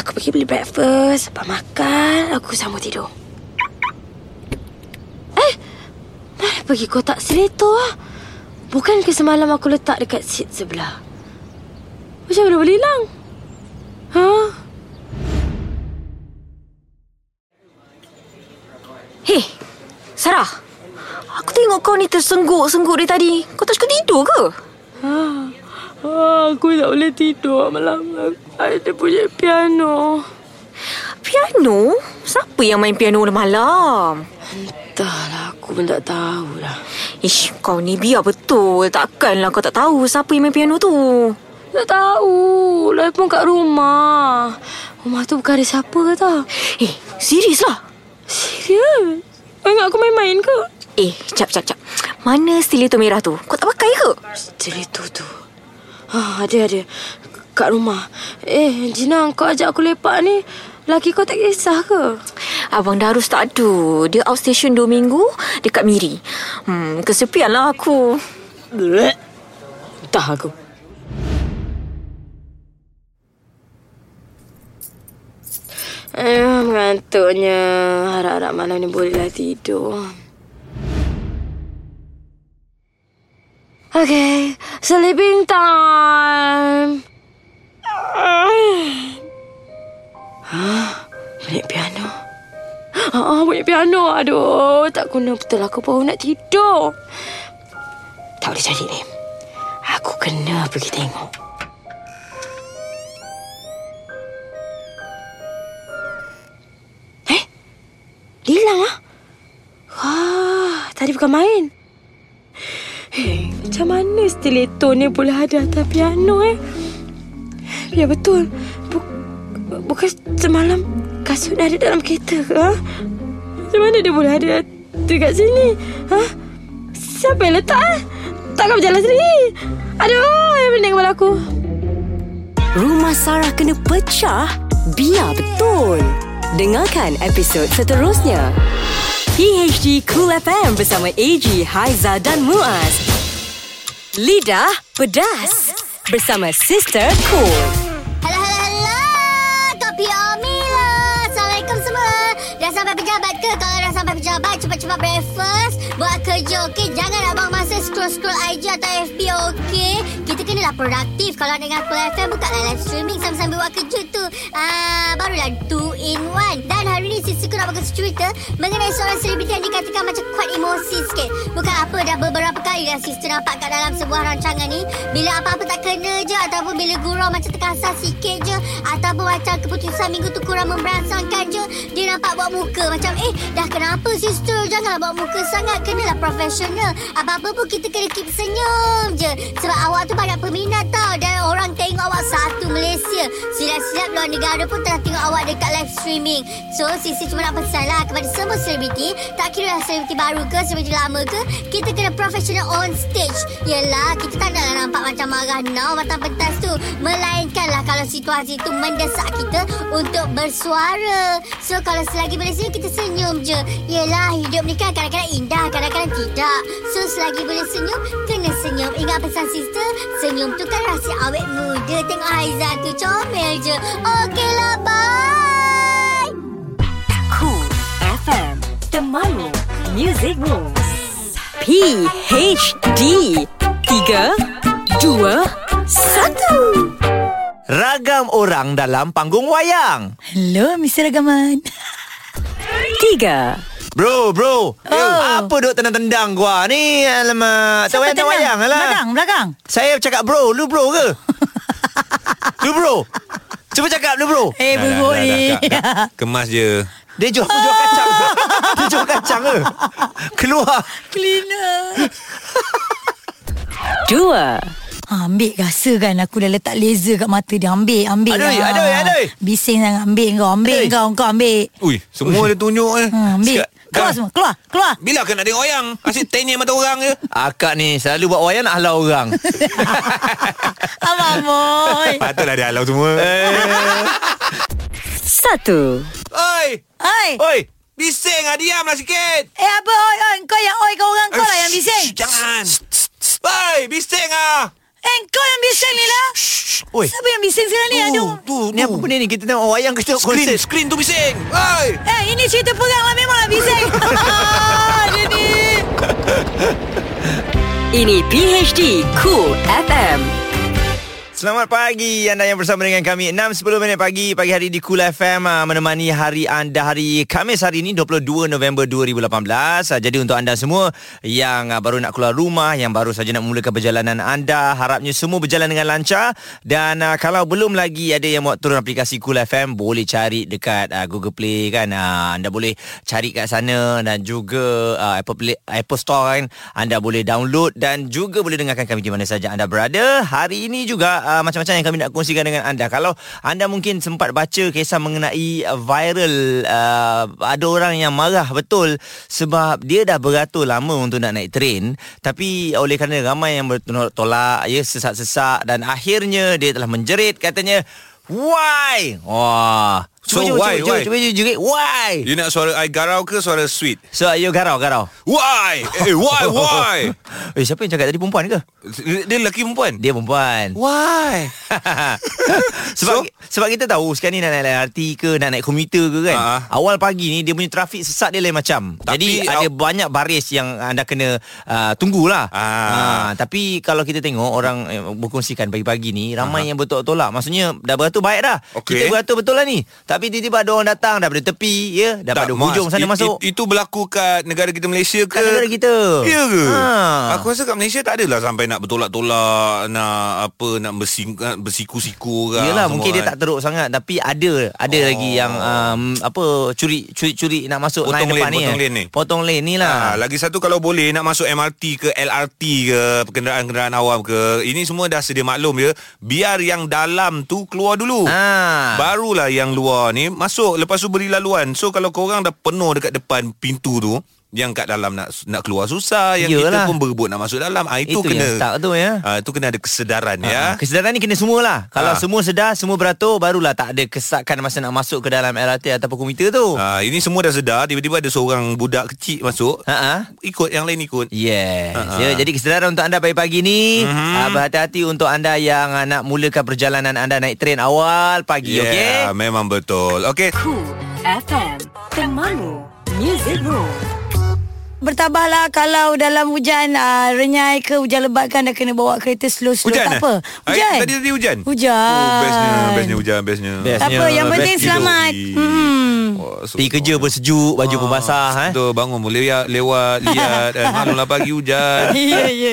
Speaker 10: Aku pergi beli breakfast Lepas makan Aku sambung tidur Eh Mana pergi kotak seletor lah Bukan ke semalam aku letak dekat seat sebelah Macam mana boleh hilang Ha? Haa Hei, Sarah. Aku tengok kau ni tersengguk-sengguk dari tadi. Kau tak cukup tidur ke? Ha, aku tak boleh tidur malam. Ada bunyi piano. Piano? Siapa yang main piano malam? Entahlah, aku pun tak tahulah. Ish, kau ni biar betul. Takkanlah kau tak tahu siapa yang main piano tu. Tak tahu. Lai pun kat rumah. Rumah tu bukan ada siapa ke tak? Eh, serius lah. Serius? Kau ingat aku main-main ke? Eh, cap, cap, cap. Mana stiletto merah tu? Kau tak pakai ke? Stiletto tu? Ha, ada, ada. Kat rumah. Eh, Jina, kau ajak aku lepak ni. Laki kau tak kisah ke? Abang Darus tak ada. Dia outstation dua minggu dekat Miri. Hmm, kesepian lah aku. Entah aku. Eh, mengantuknya. Harap-harap malam ni bolehlah tidur. Okay, sleeping time. Hah? Bunyi piano. Ah, bunyi piano. Aduh, tak guna betul aku baru nak tidur. Tak boleh jadi ni. Aku kena pergi tengok. Dia hilang lah. Wah, tadi bukan main. Hei, macam mana stiletto ni boleh ada atas piano eh? Ya betul. Bu- bukan semalam kasut ada dalam kereta ke? Ha? Macam mana dia boleh ada dekat sini? Ha? Siapa yang letak? eh? Takkan berjalan sendiri? Aduh, yang pening kepala aku.
Speaker 8: Rumah Sarah kena pecah? Biar betul. Dengarkan episod seterusnya. PHD Cool FM bersama AG, Haiza dan Muaz. Lidah pedas bersama Sister Cool.
Speaker 11: Hello, hello, hello. Kopi Omila. Assalamualaikum semua. Dah sampai pejabat ke? Kalau dah sampai pejabat, cepat-cepat breakfast. Buat kerja, okey? Jangan nak buang masa scroll-scroll IG atau FB, okey? Kita kenalah produktif. Kalau nak dengar Cool FM, bukalah live streaming sambil-sambil buat kerja tu. Ah, barulah two in one. Dan hari ni, Sisi nak bagus cerita mengenai seorang selebriti yang dikatakan macam kuat emosi sikit. Bukan apa, dah beberapa kali dah Sisi nampak kat dalam sebuah rancangan ni. Bila apa-apa tak kena je ataupun bila gurau macam terkasar sikit je ataupun macam keputusan minggu tu kurang memberansangkan je dia nampak buat muka macam eh dah kenapa sister janganlah buat muka sangat kenalah profesional apa-apa pun kita kena keep senyum je sebab awak tu banyak peminat tau dan orang tengok awak satu Malaysia silap-silap luar negara pun tengah tengok awak dekat live streaming so sisi cuma nak pesan lah kepada semua selebriti tak kira lah selebriti baru ke selebriti lama ke kita kena profesional on stage yelah kita tak naklah nampak macam marah now batang pentas tu melainkanlah kalau situasi tu mendesak kita untuk bersuara so kalau selagi boleh senyum kita senyum je yelah hidup ni kan kadang-kadang indah kadang-kadang tidak so selagi boleh senyum kena senyum ingat pesan sister senyum tu kan rahsia awet muda tengok Haiza tu comel je okeylah bye
Speaker 8: Cool FM Temanmu Music Rules PHD 3 2 1
Speaker 1: Ragam orang dalam panggung wayang.
Speaker 4: Hello, Mr. Ragaman.
Speaker 8: 3
Speaker 1: Bro, bro. Oh. apa duk tendang-tendang gua ni? Alamak. Tak wayang, tak wayang lah.
Speaker 4: Belakang, belakang.
Speaker 1: Saya cakap bro, lu bro ke? lu bro. Cuba cakap lu bro.
Speaker 4: Eh, buruk
Speaker 3: dah,
Speaker 4: ni.
Speaker 3: dah, dah, dah. Kemas je
Speaker 1: Dia jual
Speaker 4: Oh,
Speaker 1: jual kacang. Dia jual kacang ke? Keluar.
Speaker 4: Cleaner.
Speaker 8: 2
Speaker 4: Ha, ambil rasa kan aku dah letak laser kat mata dia. Ambil, ambil.
Speaker 1: Adoi,
Speaker 4: lah.
Speaker 1: adoi, adoi.
Speaker 4: Bising sangat. Ambil kau, ambil
Speaker 1: Adoi.
Speaker 4: kau, kau ambil.
Speaker 3: Ui Semua dia tunjuk eh.
Speaker 4: Ha, ambil.
Speaker 3: Sekat-
Speaker 4: Keluar semua, keluar, keluar.
Speaker 3: Bila kau nak tengok wayang Asyik tanya mata orang je
Speaker 1: Akak ni selalu buat wayang nak halau orang.
Speaker 4: Abang boy.
Speaker 3: Patutlah dia halau semua
Speaker 1: Eh,
Speaker 8: Satu.
Speaker 3: Oi
Speaker 4: Oi.
Speaker 3: Oi Bising lah diamlah sikit Eh,
Speaker 4: Eh apa oi oi Kau yang oi kau orang kau lah yang bising
Speaker 3: Jangan Oi bising lah
Speaker 4: Eh kau yang bising ni lah
Speaker 1: Oi.
Speaker 4: Siapa yang bising sekarang ni Aduh
Speaker 1: tu, ni apa benda ni? Kita tengok wayang ke tengok
Speaker 3: Screen
Speaker 1: konsert?
Speaker 3: Screen tu bising Oi
Speaker 4: Eh ini cerita perang lah Memang lah bising Ah, Dia ni
Speaker 8: Ini PHD Cool FM.
Speaker 1: Selamat pagi anda yang bersama dengan kami 6.10 minit pagi Pagi hari di Kul FM ah, Menemani hari anda hari Kamis hari ini 22 November 2018 Ah, Jadi untuk anda semua Yang ah, baru nak keluar rumah Yang baru saja nak memulakan perjalanan anda Harapnya semua berjalan dengan lancar Dan ah, kalau belum lagi ada yang mau turun aplikasi Kul FM Boleh cari dekat ah, Google Play kan Ah, Anda boleh cari kat sana Dan juga ah, Apple, Play, Apple Store kan Anda boleh download Dan juga boleh dengarkan kami di mana saja anda berada Hari ini juga uh, macam-macam yang kami nak kongsikan dengan anda Kalau anda mungkin sempat baca kisah mengenai ah, viral uh, Ada orang yang marah betul Sebab dia dah beratur lama untuk nak naik train Tapi oleh kerana ramai yang bertolak ya, Sesak-sesak Dan akhirnya dia telah menjerit katanya Why? Wah
Speaker 3: So,
Speaker 1: Cuba, cuba,
Speaker 3: why,
Speaker 1: cuba,
Speaker 3: why?
Speaker 1: cuba, cuba, jerit Why?
Speaker 3: You nak suara I garau ke suara sweet
Speaker 1: So you garau garau
Speaker 3: Why Eh why why
Speaker 1: Eh siapa yang cakap tadi perempuan ke?
Speaker 3: Dia dia lelaki perempuan
Speaker 1: Dia perempuan
Speaker 3: Why
Speaker 1: Sebab so? sebab kita tahu Sekarang ni nak naik LRT ke Nak naik komuter ke kan
Speaker 3: Ha.
Speaker 1: uh-huh. Awal pagi ni Dia punya trafik sesat dia lain macam
Speaker 3: Tapi
Speaker 1: Jadi ada
Speaker 3: aw-
Speaker 1: banyak baris Yang anda kena uh, Tunggulah
Speaker 3: Ah.
Speaker 1: uh, Tapi kalau kita tengok Orang eh, berkongsikan pagi-pagi ni Ramai uh-huh. yang bertolak-tolak Maksudnya dah beratur baik dah
Speaker 3: Okey.
Speaker 1: Kita beratur betul lah ni Tapi tiba-tiba ada orang datang Daripada tepi ya Daripada
Speaker 3: Mas,
Speaker 1: hujung sana
Speaker 3: i-
Speaker 1: masuk
Speaker 3: i- Itu berlaku kat negara kita Malaysia ke
Speaker 1: Kat negara kita
Speaker 3: Ya ke?
Speaker 1: Ha.
Speaker 3: Aku rasa kat Malaysia tak adalah sampai nak bertolak-tolak, nak apa, nak bersing, bersiku-siku orang.
Speaker 1: Yelah
Speaker 3: semua
Speaker 1: mungkin dia
Speaker 3: kan.
Speaker 1: tak teruk sangat Tapi ada Ada oh. lagi yang um, Apa Curi curi curi nak masuk line
Speaker 3: Potong
Speaker 1: depan
Speaker 3: lane,
Speaker 1: ni
Speaker 3: potong
Speaker 1: eh.
Speaker 3: lane ni.
Speaker 1: Potong lane ni lah
Speaker 3: Ha, lagi satu kalau boleh nak masuk MRT ke LRT ke kenderaan-kenderaan awam ke ini semua dah sedia maklum ya biar yang dalam tu keluar dulu
Speaker 1: Ah.
Speaker 3: barulah yang luar ni masuk lepas tu beri laluan so kalau korang dah penuh dekat depan pintu tu yang kat dalam nak nak keluar susah yang
Speaker 1: Yelah.
Speaker 3: kita pun berebut nak masuk dalam ah itu,
Speaker 1: Itu
Speaker 3: kena
Speaker 1: yang stuck tu, ya.
Speaker 3: ah itu kena ada kesedaran
Speaker 1: Ah,
Speaker 3: ya
Speaker 1: Kesedaran ni kena semualah Kalau
Speaker 3: Ah.
Speaker 1: semua sedar Semua beratur Barulah tak ada kesakan Masa nak masuk ke dalam LRT Ataupun komputer tu
Speaker 3: Ah, ini semua dah sedar Tiba-tiba ada seorang budak kecil masuk
Speaker 1: Ha-ha.
Speaker 3: Ikut yang lain ikut
Speaker 1: Ah,
Speaker 3: Ah,
Speaker 1: Yes Ya, jadi kesedaran untuk anda pagi-pagi ni
Speaker 3: Mhm.
Speaker 1: mm-hmm. uh, Berhati-hati untuk anda yang uh, nak mulakan perjalanan anda Naik train awal pagi, okey?
Speaker 3: yeah, memang betul Okay
Speaker 8: Cool FM Temanmu Music Room
Speaker 4: Bertabahlah kalau dalam hujan uh, renyai ke hujan lebat kan dah kena bawa kereta slow-slow
Speaker 3: Hujan
Speaker 4: tak
Speaker 3: eh?
Speaker 4: apa. Hujan.
Speaker 3: Hari- tadi tadi hujan?
Speaker 4: Hujan.
Speaker 3: Oh, bestnya, bestnya hujan, bestnya.
Speaker 4: Tak apa, yang penting selamat. Hmm.
Speaker 3: Pergi kerja
Speaker 1: pun sejuk, baju pun basah eh.
Speaker 3: Ah, Betul, bangun boleh lihat, lewat, lihat eh, Maklumlah pagi hujan.
Speaker 4: ya, ya.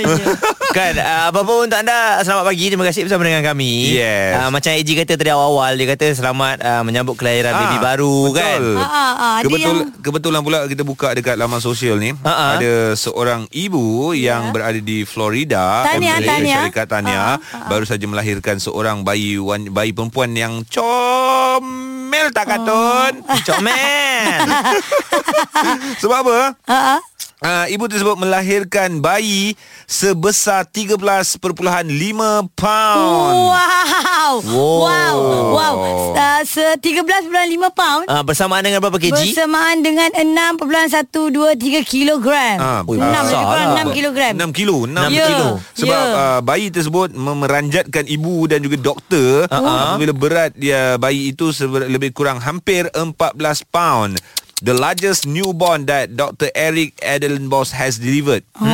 Speaker 1: Kan uh, Apa pun untuk anda Selamat pagi Terima kasih bersama dengan kami
Speaker 3: Yes.
Speaker 1: uh, Macam AJ kata tadi awal-awal Dia kata selamat uh, Menyambut kelahiran
Speaker 3: Ah,
Speaker 1: ah, baby baru
Speaker 3: betul.
Speaker 1: kan
Speaker 4: Ah, ah, ah, ada
Speaker 3: Kebetul,
Speaker 4: yang-
Speaker 3: Kebetulan pula kita buka dekat laman sosial ni
Speaker 1: Ha-ha.
Speaker 3: Ada seorang ibu yang berada di Florida
Speaker 4: Ya. Tahniah,
Speaker 3: Amerika
Speaker 4: tahniah. Ah,
Speaker 3: Syarikat Tania Baru saja melahirkan seorang bayi wan- bayi perempuan yang comel tak katun
Speaker 4: Oh.
Speaker 1: Comel
Speaker 3: Sebab apa?
Speaker 4: Ha ah.
Speaker 3: Uh, ibu tersebut melahirkan bayi sebesar 13.5 pound.
Speaker 4: Wow.
Speaker 1: Wow.
Speaker 4: Wow. Wow. Uh, se 13.5 pound
Speaker 1: uh, Bersamaan dengan berapa kg?
Speaker 4: bersamaan dengan 6.123 kilogram.
Speaker 3: Ah,
Speaker 1: Ui,
Speaker 4: 6
Speaker 1: besar lah.
Speaker 4: lebih 6 kilogram.
Speaker 3: 6 kilo 6
Speaker 4: Ya,
Speaker 3: kilo Sebab
Speaker 4: ya.
Speaker 3: uh, bayi tersebut mem- Meranjatkan ibu dan juga doktor
Speaker 4: Ah,
Speaker 3: uh-huh. Apabila berat dia bayi itu seber- Lebih kurang hampir 14 pound The largest newborn that Dr. Eric Adelenbos has delivered
Speaker 4: Oh,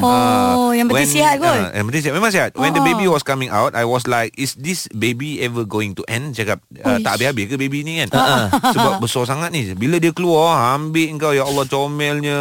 Speaker 4: oh, yang penting sihat kot. Ah,
Speaker 3: Ah, yang penting sihat Memang sihat When the baby was coming out I was like Is this baby ever going to end Cakap uh, Tak habis-habis ke baby ni
Speaker 4: Ah,
Speaker 3: kan Sebab besar sangat ni Bila dia keluar Ambil kau Ya Allah comelnya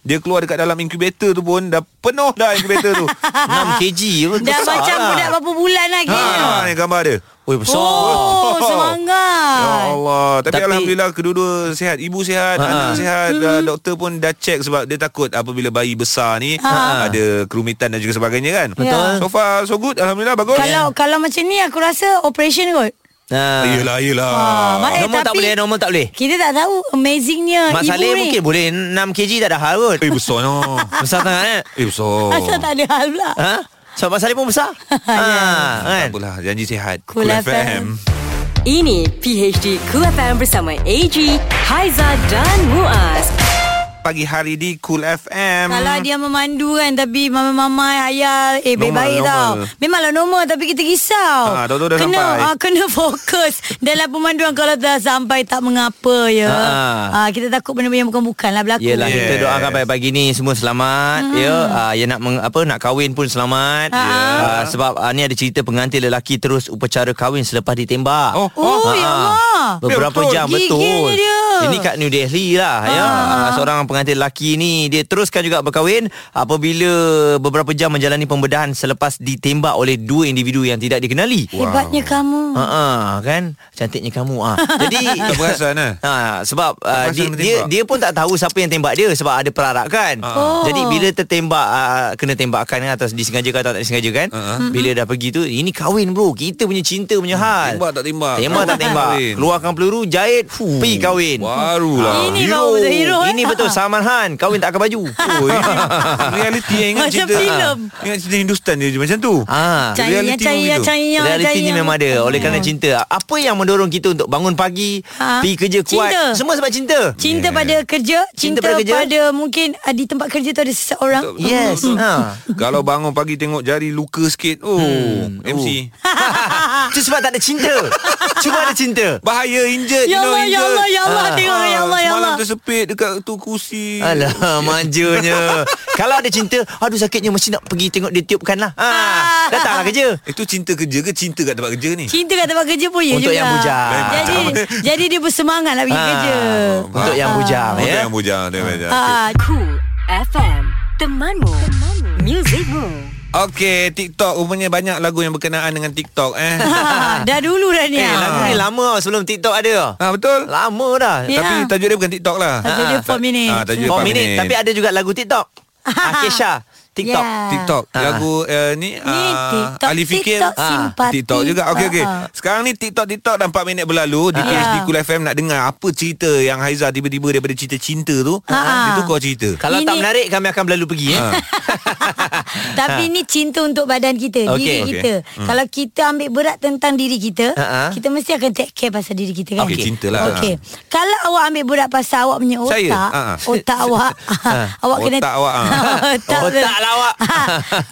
Speaker 3: Dia keluar dekat dalam incubator tu pun Dah penuh dah incubator tu
Speaker 1: 6 kg apa?
Speaker 4: Dah
Speaker 1: Besar
Speaker 4: macam
Speaker 1: lah.
Speaker 4: budak berapa bulan lagi.
Speaker 3: Ha, ni gambar dia
Speaker 1: Ui besar
Speaker 4: Oh,
Speaker 3: Ya
Speaker 4: semangat.
Speaker 3: Allah Tapi,
Speaker 1: Tapi-
Speaker 3: Alhamdulillah Kedua-dua sihat Ibu sihat
Speaker 1: Ha.
Speaker 3: Anak sihat
Speaker 4: Hmm.
Speaker 3: uh, Doktor pun dah check Sebab dia takut Apabila bayi besar ni
Speaker 4: Ha.
Speaker 3: Ada kerumitan dan juga sebagainya kan
Speaker 4: Betul.
Speaker 3: So far so good Alhamdulillah bagus
Speaker 4: Ya. Kalau kalau macam ni aku rasa operation kot.
Speaker 1: Ah.
Speaker 3: Yelah yelah
Speaker 4: Ah, Mak, eh,
Speaker 1: Normal tak
Speaker 4: tapi-
Speaker 1: boleh Normal tak boleh
Speaker 4: Kita tak tahu amazingnya
Speaker 1: Mak
Speaker 4: ibu
Speaker 1: Saleh
Speaker 4: ni.
Speaker 1: mungkin boleh 6 kg tak ada hal kot
Speaker 3: Eh besar no.
Speaker 1: Besar sangat eh
Speaker 3: Eh besar
Speaker 4: Asal tak ada hal pula.
Speaker 1: Ha? Sebab Mak Saleh pun besar
Speaker 8: Ya.
Speaker 1: ha, kan?
Speaker 3: Tak apalah Janji sihat
Speaker 4: Cool FM.
Speaker 8: Ini PHD Cool FM bersama AG, Haiza dan Muaz.
Speaker 3: Pagi hari di Cool FM
Speaker 4: Kalau dia memandu kan Tapi mama-mama Ayah Eh
Speaker 3: Normal,
Speaker 4: baik-baik tau
Speaker 3: normal.
Speaker 4: Memanglah normal Tapi kita risau
Speaker 3: Ah, dah tu dah
Speaker 4: kena,
Speaker 3: sampai.
Speaker 4: ah, Kena fokus Dalam pemanduan Kalau dah sampai Tak mengapa ya
Speaker 1: Ah.
Speaker 4: ah. Kita takut benda-benda Yang bukan-bukan lah berlaku
Speaker 1: Yelah yes. kita
Speaker 3: Yes.
Speaker 1: doakan pagi-pagi ni semua selamat
Speaker 4: Mm-hmm.
Speaker 1: ya. Ah ya nak meng, apa nak kahwin pun selamat.
Speaker 4: Ha.
Speaker 1: Ah, sebab ah, ni ada cerita pengantin lelaki terus upacara kahwin selepas ditembak.
Speaker 3: Oh,
Speaker 4: oh. Oh,
Speaker 1: Ah,
Speaker 4: ya
Speaker 1: ah.
Speaker 4: Allah.
Speaker 1: Beberapa
Speaker 3: Ya,
Speaker 1: jam
Speaker 3: betul.
Speaker 4: Giginya
Speaker 1: betul.
Speaker 4: dia.
Speaker 1: Ini kat New Delhi lah ya. Ah, seorang pengantin lelaki ni dia teruskan juga berkahwin apabila beberapa jam menjalani pembedahan selepas ditembak oleh dua individu yang tidak dikenali.
Speaker 4: Hebatnya kamu
Speaker 1: Ha ah, kan cantiknya kamu ah. Jadi
Speaker 3: Tak perasan, eh?
Speaker 1: Ha sebab uh,
Speaker 3: perasan
Speaker 1: dia,
Speaker 3: kena
Speaker 1: dia
Speaker 3: tembak.
Speaker 1: dia pun tak tahu siapa yang tembak dia sebab ada perarakan.
Speaker 3: Ah.
Speaker 4: Oh.
Speaker 1: kan? Jadi bila tertembak uh, kena tembakan kan atau disengajakan atau tak disengajakan.
Speaker 4: Hmm.
Speaker 3: Ha-ha.
Speaker 1: Bila dah pergi tu ini kahwin bro. Kita punya cinta punya hal.
Speaker 3: Hmm. Tembak tak tembak
Speaker 1: Tembak tak tembak.
Speaker 3: Kahwin.
Speaker 1: Keluarkan peluru jahit Fuh. pergi kahwin.
Speaker 3: Barulah
Speaker 4: Ini baru betul hero eh.
Speaker 1: Ini betul Salman Khan kahwin tak pakai baju.
Speaker 3: Oh, ini realiti yang ingat
Speaker 4: Macam
Speaker 3: cerita Ah.
Speaker 4: filem.
Speaker 3: Ingat cerita Hindustan dia je macam tu
Speaker 1: Ah.
Speaker 4: Cahaya,
Speaker 3: Reality
Speaker 4: cahaya,
Speaker 3: pun gitu.
Speaker 4: cahaya
Speaker 1: Realiti ni
Speaker 4: cahaya.
Speaker 1: memang ada Oleh kerana
Speaker 3: Hmm.
Speaker 1: cinta Ah. Apa yang mendorong kita Untuk bangun pagi
Speaker 4: Ha.
Speaker 1: Pergi kerja kuat
Speaker 4: Cinta.
Speaker 1: Semua sebab cinta
Speaker 4: Cinta pada kerja Cinta, pada, kerja. pada mungkin ah, Di tempat kerja tu ada seseorang Hmm.
Speaker 1: Yes ha.
Speaker 3: Ah. Kalau bangun pagi tengok jari luka sikit Oh MC
Speaker 1: Hmm. Oh. Itu sebab tak ada cinta Cuma ada cinta
Speaker 3: Bahaya injured
Speaker 4: Ya
Speaker 3: you know,
Speaker 4: Allah, ya
Speaker 3: injured.
Speaker 4: Allah, ya Allah,
Speaker 3: Ah,
Speaker 4: tengok, ya Allah, ya
Speaker 3: Semalam
Speaker 4: Allah.
Speaker 3: tersepit dekat tu kursi
Speaker 1: Alah manjanya Kalau ada cinta Aduh sakitnya Mesti nak pergi tengok dia tiupkan lah ha.
Speaker 4: Ah.
Speaker 1: Datanglah kerja
Speaker 3: Itu cinta kerja ke cinta kat tempat kerja ni?
Speaker 4: Cinta kat tempat kerja pun ya
Speaker 1: Untuk
Speaker 4: juga
Speaker 1: yang bujang.
Speaker 4: Jadi jadi dia bersemangat nak pergi
Speaker 1: Ah,
Speaker 4: kerja
Speaker 1: Untuk yang bujang
Speaker 3: Oh,
Speaker 1: ya.
Speaker 3: Yang bujang dia macam.
Speaker 4: Ah,
Speaker 8: Cool FM Temanmu, Temanmu. Music Room.
Speaker 3: Okey, TikTok rupanya banyak lagu yang berkenaan dengan TikTok eh.
Speaker 4: Ah, dah dulu dah ni.
Speaker 1: Eh, lagu ni lama tau Sebelum TikTok ada tau.
Speaker 3: ha betul.
Speaker 1: Lama dah
Speaker 4: Ya.
Speaker 3: Tapi tajuk dia bukan TikTok lah.
Speaker 4: Tajuk dia
Speaker 3: Ah,
Speaker 4: four
Speaker 3: ta-
Speaker 4: minutes.
Speaker 3: Ah, tajuk dia
Speaker 1: 4 minit Tapi ada juga lagu TikTok Akesha TikTok.
Speaker 4: Yeah.
Speaker 3: TikTok
Speaker 1: Ah.
Speaker 3: Lagu uh, ni, uh,
Speaker 4: TikTok,
Speaker 3: Ali Fikir
Speaker 4: TikTok simpati.
Speaker 3: TikTok juga Okey okey
Speaker 4: Ah.
Speaker 3: Sekarang ni TikTok TikTok Dah 4 minit berlalu Di
Speaker 4: Ah.
Speaker 3: PhD
Speaker 4: Ya.
Speaker 3: Kul FM Nak dengar apa cerita Yang Haiza tiba-tiba Daripada cerita-cinta tu
Speaker 4: Ah.
Speaker 3: Itu kau cerita
Speaker 1: Kalau tak
Speaker 4: Ini- Ah.
Speaker 1: menarik kami akan berlalu pergi eh.
Speaker 3: Ah,
Speaker 4: Tapi ni cinta untuk badan kita,
Speaker 1: Okey.
Speaker 4: diri
Speaker 1: Okey.
Speaker 4: kita.
Speaker 1: Hmm.
Speaker 4: Kalau kita ambil berat tentang diri kita,
Speaker 1: Ha-ha.
Speaker 4: kita mesti akan take care pasal diri kita kan.
Speaker 3: Okey, cinta lah.
Speaker 4: Okey. Kalau awak ambil berat pasal awak punya
Speaker 3: Saya?
Speaker 4: otak,
Speaker 3: Ha-ha.
Speaker 4: otak awak, awak kena
Speaker 3: Otak awak, ah.
Speaker 4: otak, Ha.
Speaker 1: Otak lah awak.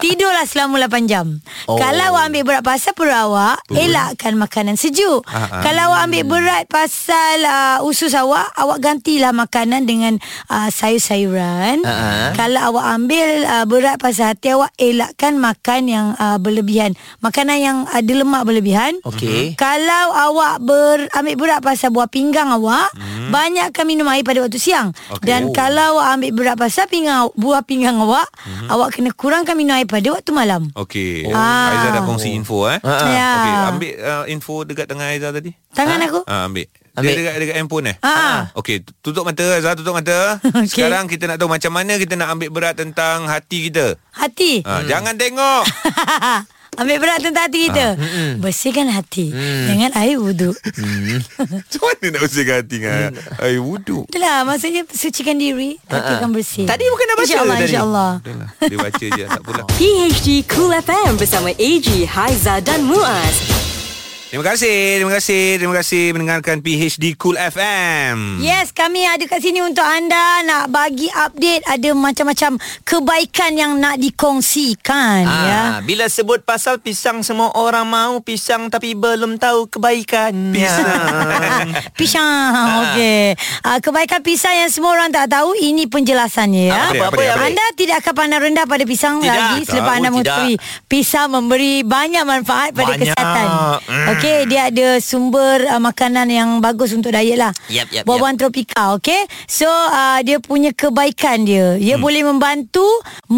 Speaker 4: Tidurlah selama 8 jam.
Speaker 1: Oh.
Speaker 4: Kalau awak ambil berat pasal perut awak, elakkan makanan sejuk.
Speaker 3: Ha-ha.
Speaker 4: Kalau awak ambil berat pasal uh, usus awak, awak gantilah makanan dengan uh, sayur-sayuran.
Speaker 3: Ah,
Speaker 1: Ha-ha.
Speaker 4: Kalau awak ambil uh, berat pasal hati awak elakkan makan yang uh, berlebihan. Makanan yang ada lemak berlebihan. Mhm.
Speaker 1: Okey.
Speaker 4: Kalau awak ber, ambil berat pasal buah pinggang awak, hmm. banyakkan minum air pada waktu siang.
Speaker 3: Mhm. Okey.
Speaker 4: Dan
Speaker 3: Oh.
Speaker 4: kalau awak ambil berat pasal pinggang buah pinggang awak,
Speaker 3: Mhm.
Speaker 4: hmm. awak kena kurangkan minum air pada waktu malam.
Speaker 3: Okey
Speaker 4: Oh.
Speaker 3: Haiza dah
Speaker 4: Ah.
Speaker 3: kongsi info eh
Speaker 4: ah. Ya.
Speaker 3: Okey ambil uh, info dekat tangan Haiza tadi
Speaker 4: Tangan aku.
Speaker 3: Ah, ambil. ambil.
Speaker 1: Ambil.
Speaker 3: Dia dekat, dekat handphone eh?
Speaker 4: Ah.
Speaker 3: Okey, tutup mata Azhar, tutup mata. okay.
Speaker 4: Okey.
Speaker 3: Sekarang kita nak tahu macam mana kita nak ambil berat tentang hati kita.
Speaker 4: Hati.
Speaker 3: Ah, hmm. Jangan tengok.
Speaker 4: Ambil berat tentang hati kita. Bersihkan hati dengan air wuduk.
Speaker 3: Macam mana nak bersihkan hati ah? dengan
Speaker 1: Hmm.
Speaker 3: air wuduk?
Speaker 4: Itulah maksudnya sucikan diri, hati
Speaker 1: Ha-ha.
Speaker 4: akan bersih.
Speaker 1: Tadi bukan nak baca
Speaker 4: InsyaAllah,
Speaker 1: tadi.
Speaker 4: insyaAllah.
Speaker 3: Dah lah, Dia baca je tak pula.
Speaker 8: PHD Cool FM bersama AG, Haiza dan Muaz.
Speaker 3: Terima kasih, terima kasih, terima kasih mendengarkan PHD Cool FM.
Speaker 4: Yes, kami ada kat sini untuk anda nak bagi update ada macam-macam kebaikan yang nak dikongsikan
Speaker 1: Ah,
Speaker 4: ya.
Speaker 1: Bila sebut pasal pisang Semua orang mau pisang Tapi belum tahu kebaikan Pisang
Speaker 4: Pisang
Speaker 1: Ah.
Speaker 4: Okey uh, Kebaikan pisang yang semua orang tak tahu Ini penjelasannya ya.
Speaker 1: Ah, apa dia, apa dia, apa dia?
Speaker 4: Anda tidak akan pandang rendah pada pisang
Speaker 1: Tidak.
Speaker 4: lagi Selepas
Speaker 1: Tahu
Speaker 4: anda
Speaker 1: tidak.
Speaker 4: mengetahui Pisang memberi banyak manfaat pada
Speaker 1: Banyak.
Speaker 4: kesihatan
Speaker 1: Mm.
Speaker 4: Okey Dia ada sumber uh, makanan yang bagus untuk diet lah
Speaker 1: Yap, yap,
Speaker 4: Buah-buahan tropika Okey So uh, dia punya kebaikan dia Dia
Speaker 1: Hmm.
Speaker 4: boleh membantu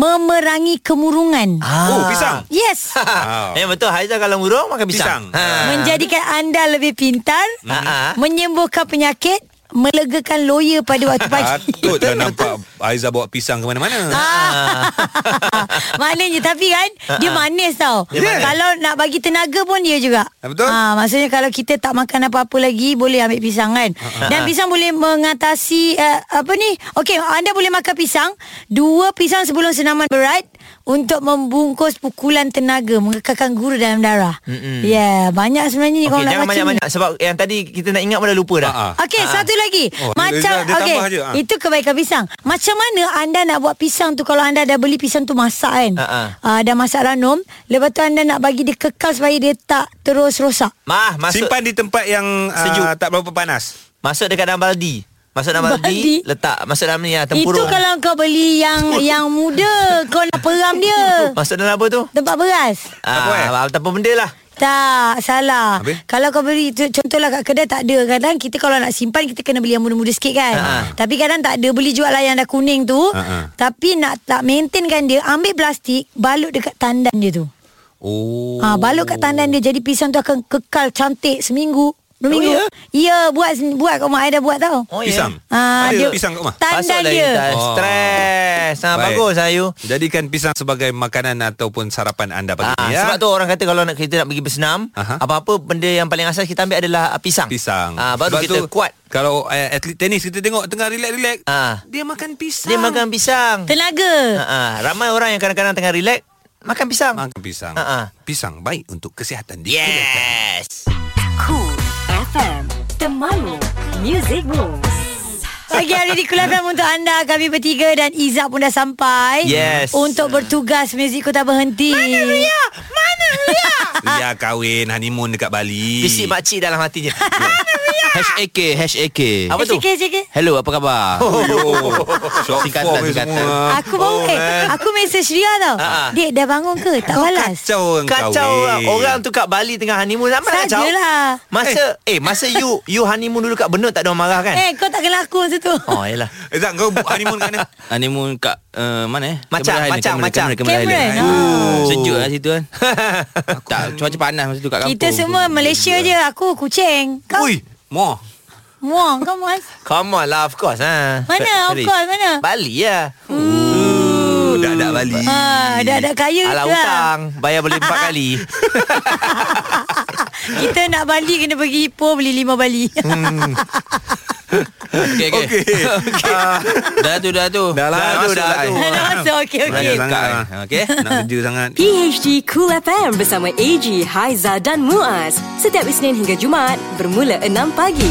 Speaker 4: Memerangi kemurungan
Speaker 3: Oh, pisang.
Speaker 4: Yes
Speaker 1: Ah. Yang Ah. betul Haiza kalau murung makan pisang,
Speaker 3: Pisang. Ah.
Speaker 1: Ha.
Speaker 4: Menjadikan anda lebih pintar
Speaker 1: Ah, ah.
Speaker 4: Menyembuhkan penyakit Melegakan loya pada waktu
Speaker 1: Ha.
Speaker 4: pagi
Speaker 3: Patut dah nampak Haiza bawa pisang ke mana-mana.
Speaker 4: Ah. Maknanya tapi kan
Speaker 1: Ha,
Speaker 4: Dia manis tau
Speaker 3: Dia manis.
Speaker 4: Kalau nak bagi tenaga pun dia juga
Speaker 1: Ha,
Speaker 3: Ah, betul.
Speaker 4: ah, Maksudnya kalau kita tak makan apa-apa lagi Boleh ambil pisang kan
Speaker 1: Ha,
Speaker 4: Dan pisang boleh mengatasi uh, Apa ni Okey anda boleh makan pisang Dua pisang sebelum senaman berat Untuk membungkus pukulan tenaga Mengekalkan guru dalam darah Ya yeah, Banyak sebenarnya ni
Speaker 1: Okey,
Speaker 4: kalau nak
Speaker 1: jangan
Speaker 4: baca ni.
Speaker 1: banyak-banyak sebab yang tadi kita nak ingat pun dah lupa dah.
Speaker 3: Ah, ah.
Speaker 4: Okey, satu lagi.
Speaker 3: Oh, dia-
Speaker 4: Macam
Speaker 3: dia- dia
Speaker 4: okey,
Speaker 3: tambah je, ah.
Speaker 4: itu kebaikan pisang. Macam mana anda nak buat pisang tu kalau anda dah beli pisang tu masak kan?
Speaker 1: Ah, ah.
Speaker 4: Ah, dah masak ranum, lepas tu anda nak bagi dia kekal supaya dia tak terus rosak.
Speaker 1: Mah, masuk
Speaker 3: Simpan di tempat yang
Speaker 1: Sejuk.
Speaker 3: uh, tak berapa panas.
Speaker 1: masuk dekat dalam baldi. Masuk dalam baldi,
Speaker 4: Baldi?
Speaker 1: letak masuk dalam ni ah
Speaker 4: Itu
Speaker 1: tempurung.
Speaker 3: eh?
Speaker 4: kalau kau beli yang yang muda, kau nak peram dia.
Speaker 1: masuk Ah, dalam apa tu?
Speaker 4: Tempat beras.
Speaker 3: Apa, eh?
Speaker 1: Ah, apa benda lah.
Speaker 4: Tak, salah.
Speaker 3: Habis?
Speaker 4: Kalau kau beli tu- contohlah kat kedai tak ada. Kadang kita kalau nak simpan kita kena beli yang muda-muda sikit kan.
Speaker 1: Ha.
Speaker 4: Tapi kadang tak ada beli jual lah yang dah kuning tu.
Speaker 3: ha.
Speaker 4: Tapi nak tak maintainkan dia, ambil plastik, balut dekat tandan dia tu.
Speaker 3: Oh.
Speaker 4: Ha, balut kat tandan dia jadi pisang tu akan kekal cantik seminggu. Dua minggu.
Speaker 1: ya?
Speaker 4: ya, buat buat kat mak I dah buat tau.
Speaker 1: Oh,
Speaker 3: Pisang.
Speaker 4: Ah,
Speaker 3: Ada
Speaker 4: dia-
Speaker 3: pisang kat rumah.
Speaker 4: Tandan
Speaker 1: Masuk
Speaker 4: dia.
Speaker 1: Dah
Speaker 3: Oh.
Speaker 1: stres. lah Ah,
Speaker 3: Baik.
Speaker 1: bagus ayu.
Speaker 3: Jadikan pisang sebagai makanan ataupun sarapan anda pagi
Speaker 1: Ah,
Speaker 3: ni ya.
Speaker 1: Sebab tu orang kata kalau nak kita nak pergi bersenam,
Speaker 3: Aha.
Speaker 1: apa-apa benda yang paling asas kita ambil adalah ah, pisang.
Speaker 3: pisang.
Speaker 1: Ah, baru
Speaker 3: Sebab
Speaker 1: kita
Speaker 3: tu,
Speaker 1: kuat.
Speaker 3: Kalau uh, atlet tenis kita tengok tengah relax-relax,
Speaker 1: Ah.
Speaker 3: dia makan pisang.
Speaker 1: Dia makan pisang.
Speaker 4: Tenaga.
Speaker 1: Ah, ah. ramai orang yang kadang-kadang tengah relax makan pisang.
Speaker 3: makan pisang.
Speaker 1: Ah, ah.
Speaker 3: Pisang baik untuk kesihatan dia.
Speaker 1: Yes.
Speaker 8: Cool FM, temanmu, music moves.
Speaker 4: Pagi hari di Kulafam untuk anda Kami bertiga dan Izzah pun dah sampai
Speaker 1: Yes.
Speaker 4: Untuk bertugas Muzik Kota Berhenti Mana Ria? Mana Ria?
Speaker 3: Ya kahwin honeymoon dekat Bali.
Speaker 1: Bisik makcik dalam hatinya. HAK, HAK. Apa tu?
Speaker 4: Sikit, sikit.
Speaker 1: Hello, apa khabar?
Speaker 3: Oh, yo. Short
Speaker 1: Singkatan,
Speaker 3: form ni
Speaker 1: singkatan.
Speaker 3: semua. Oh,
Speaker 4: Aku
Speaker 1: Oh,
Speaker 4: baru eh, Aku mesej Ria tau
Speaker 1: Ha, ha.
Speaker 4: Dek dah bangun ke? Tak balas
Speaker 3: Kacau orang
Speaker 1: Kacau
Speaker 3: kahwin.
Speaker 1: orang Orang tu kat Bali tengah honeymoon Sama nak kacau
Speaker 4: Sajalah
Speaker 1: Masa Eh, masa you You honeymoon dulu kat Benut Tak ada orang marah kan
Speaker 4: Eh kau tak kenal aku masa tu
Speaker 1: Oh yelah
Speaker 3: Eh, tak, kau honeymoon kat mana?
Speaker 12: Honeymoon kat uh, mana eh?
Speaker 1: Macam,
Speaker 12: Cameron Highland,
Speaker 1: macam,
Speaker 12: Cameron,
Speaker 1: macam.
Speaker 12: Cameron, Cameron
Speaker 4: Cameron,
Speaker 12: Highland.
Speaker 4: ah.
Speaker 12: Oh. Sejuk lah situ kan. tak, cuaca panas masa tu kat kampung.
Speaker 4: Kita semua Malaysia je Aku kucing Kau
Speaker 3: Ui, moh.
Speaker 4: Muang Kau muas
Speaker 1: Come on lah Of course ha.
Speaker 4: Mana of
Speaker 1: Sorry.
Speaker 4: course mana
Speaker 1: Bali ya
Speaker 3: Oh, dah nak balik.
Speaker 4: Ah, dah dah kaya
Speaker 1: Alah
Speaker 4: kita lah.
Speaker 1: hutang Bayar boleh empat kali
Speaker 4: Kita nak Bali kena pergi Ipoh beli lima Bali.
Speaker 1: Hmm.
Speaker 12: Okey okey. Okey. Dah tu dah tu. Dah
Speaker 3: lah tu, Ah. dah lah tu.
Speaker 4: Dah masuk okey okey.
Speaker 3: Banyak sangat lah.
Speaker 12: Okey.
Speaker 3: Nak kerja sangat.
Speaker 8: PHD Cool FM bersama AG, Haiza dan Muaz. Setiap Isnin hingga Jumaat bermula 6 pagi.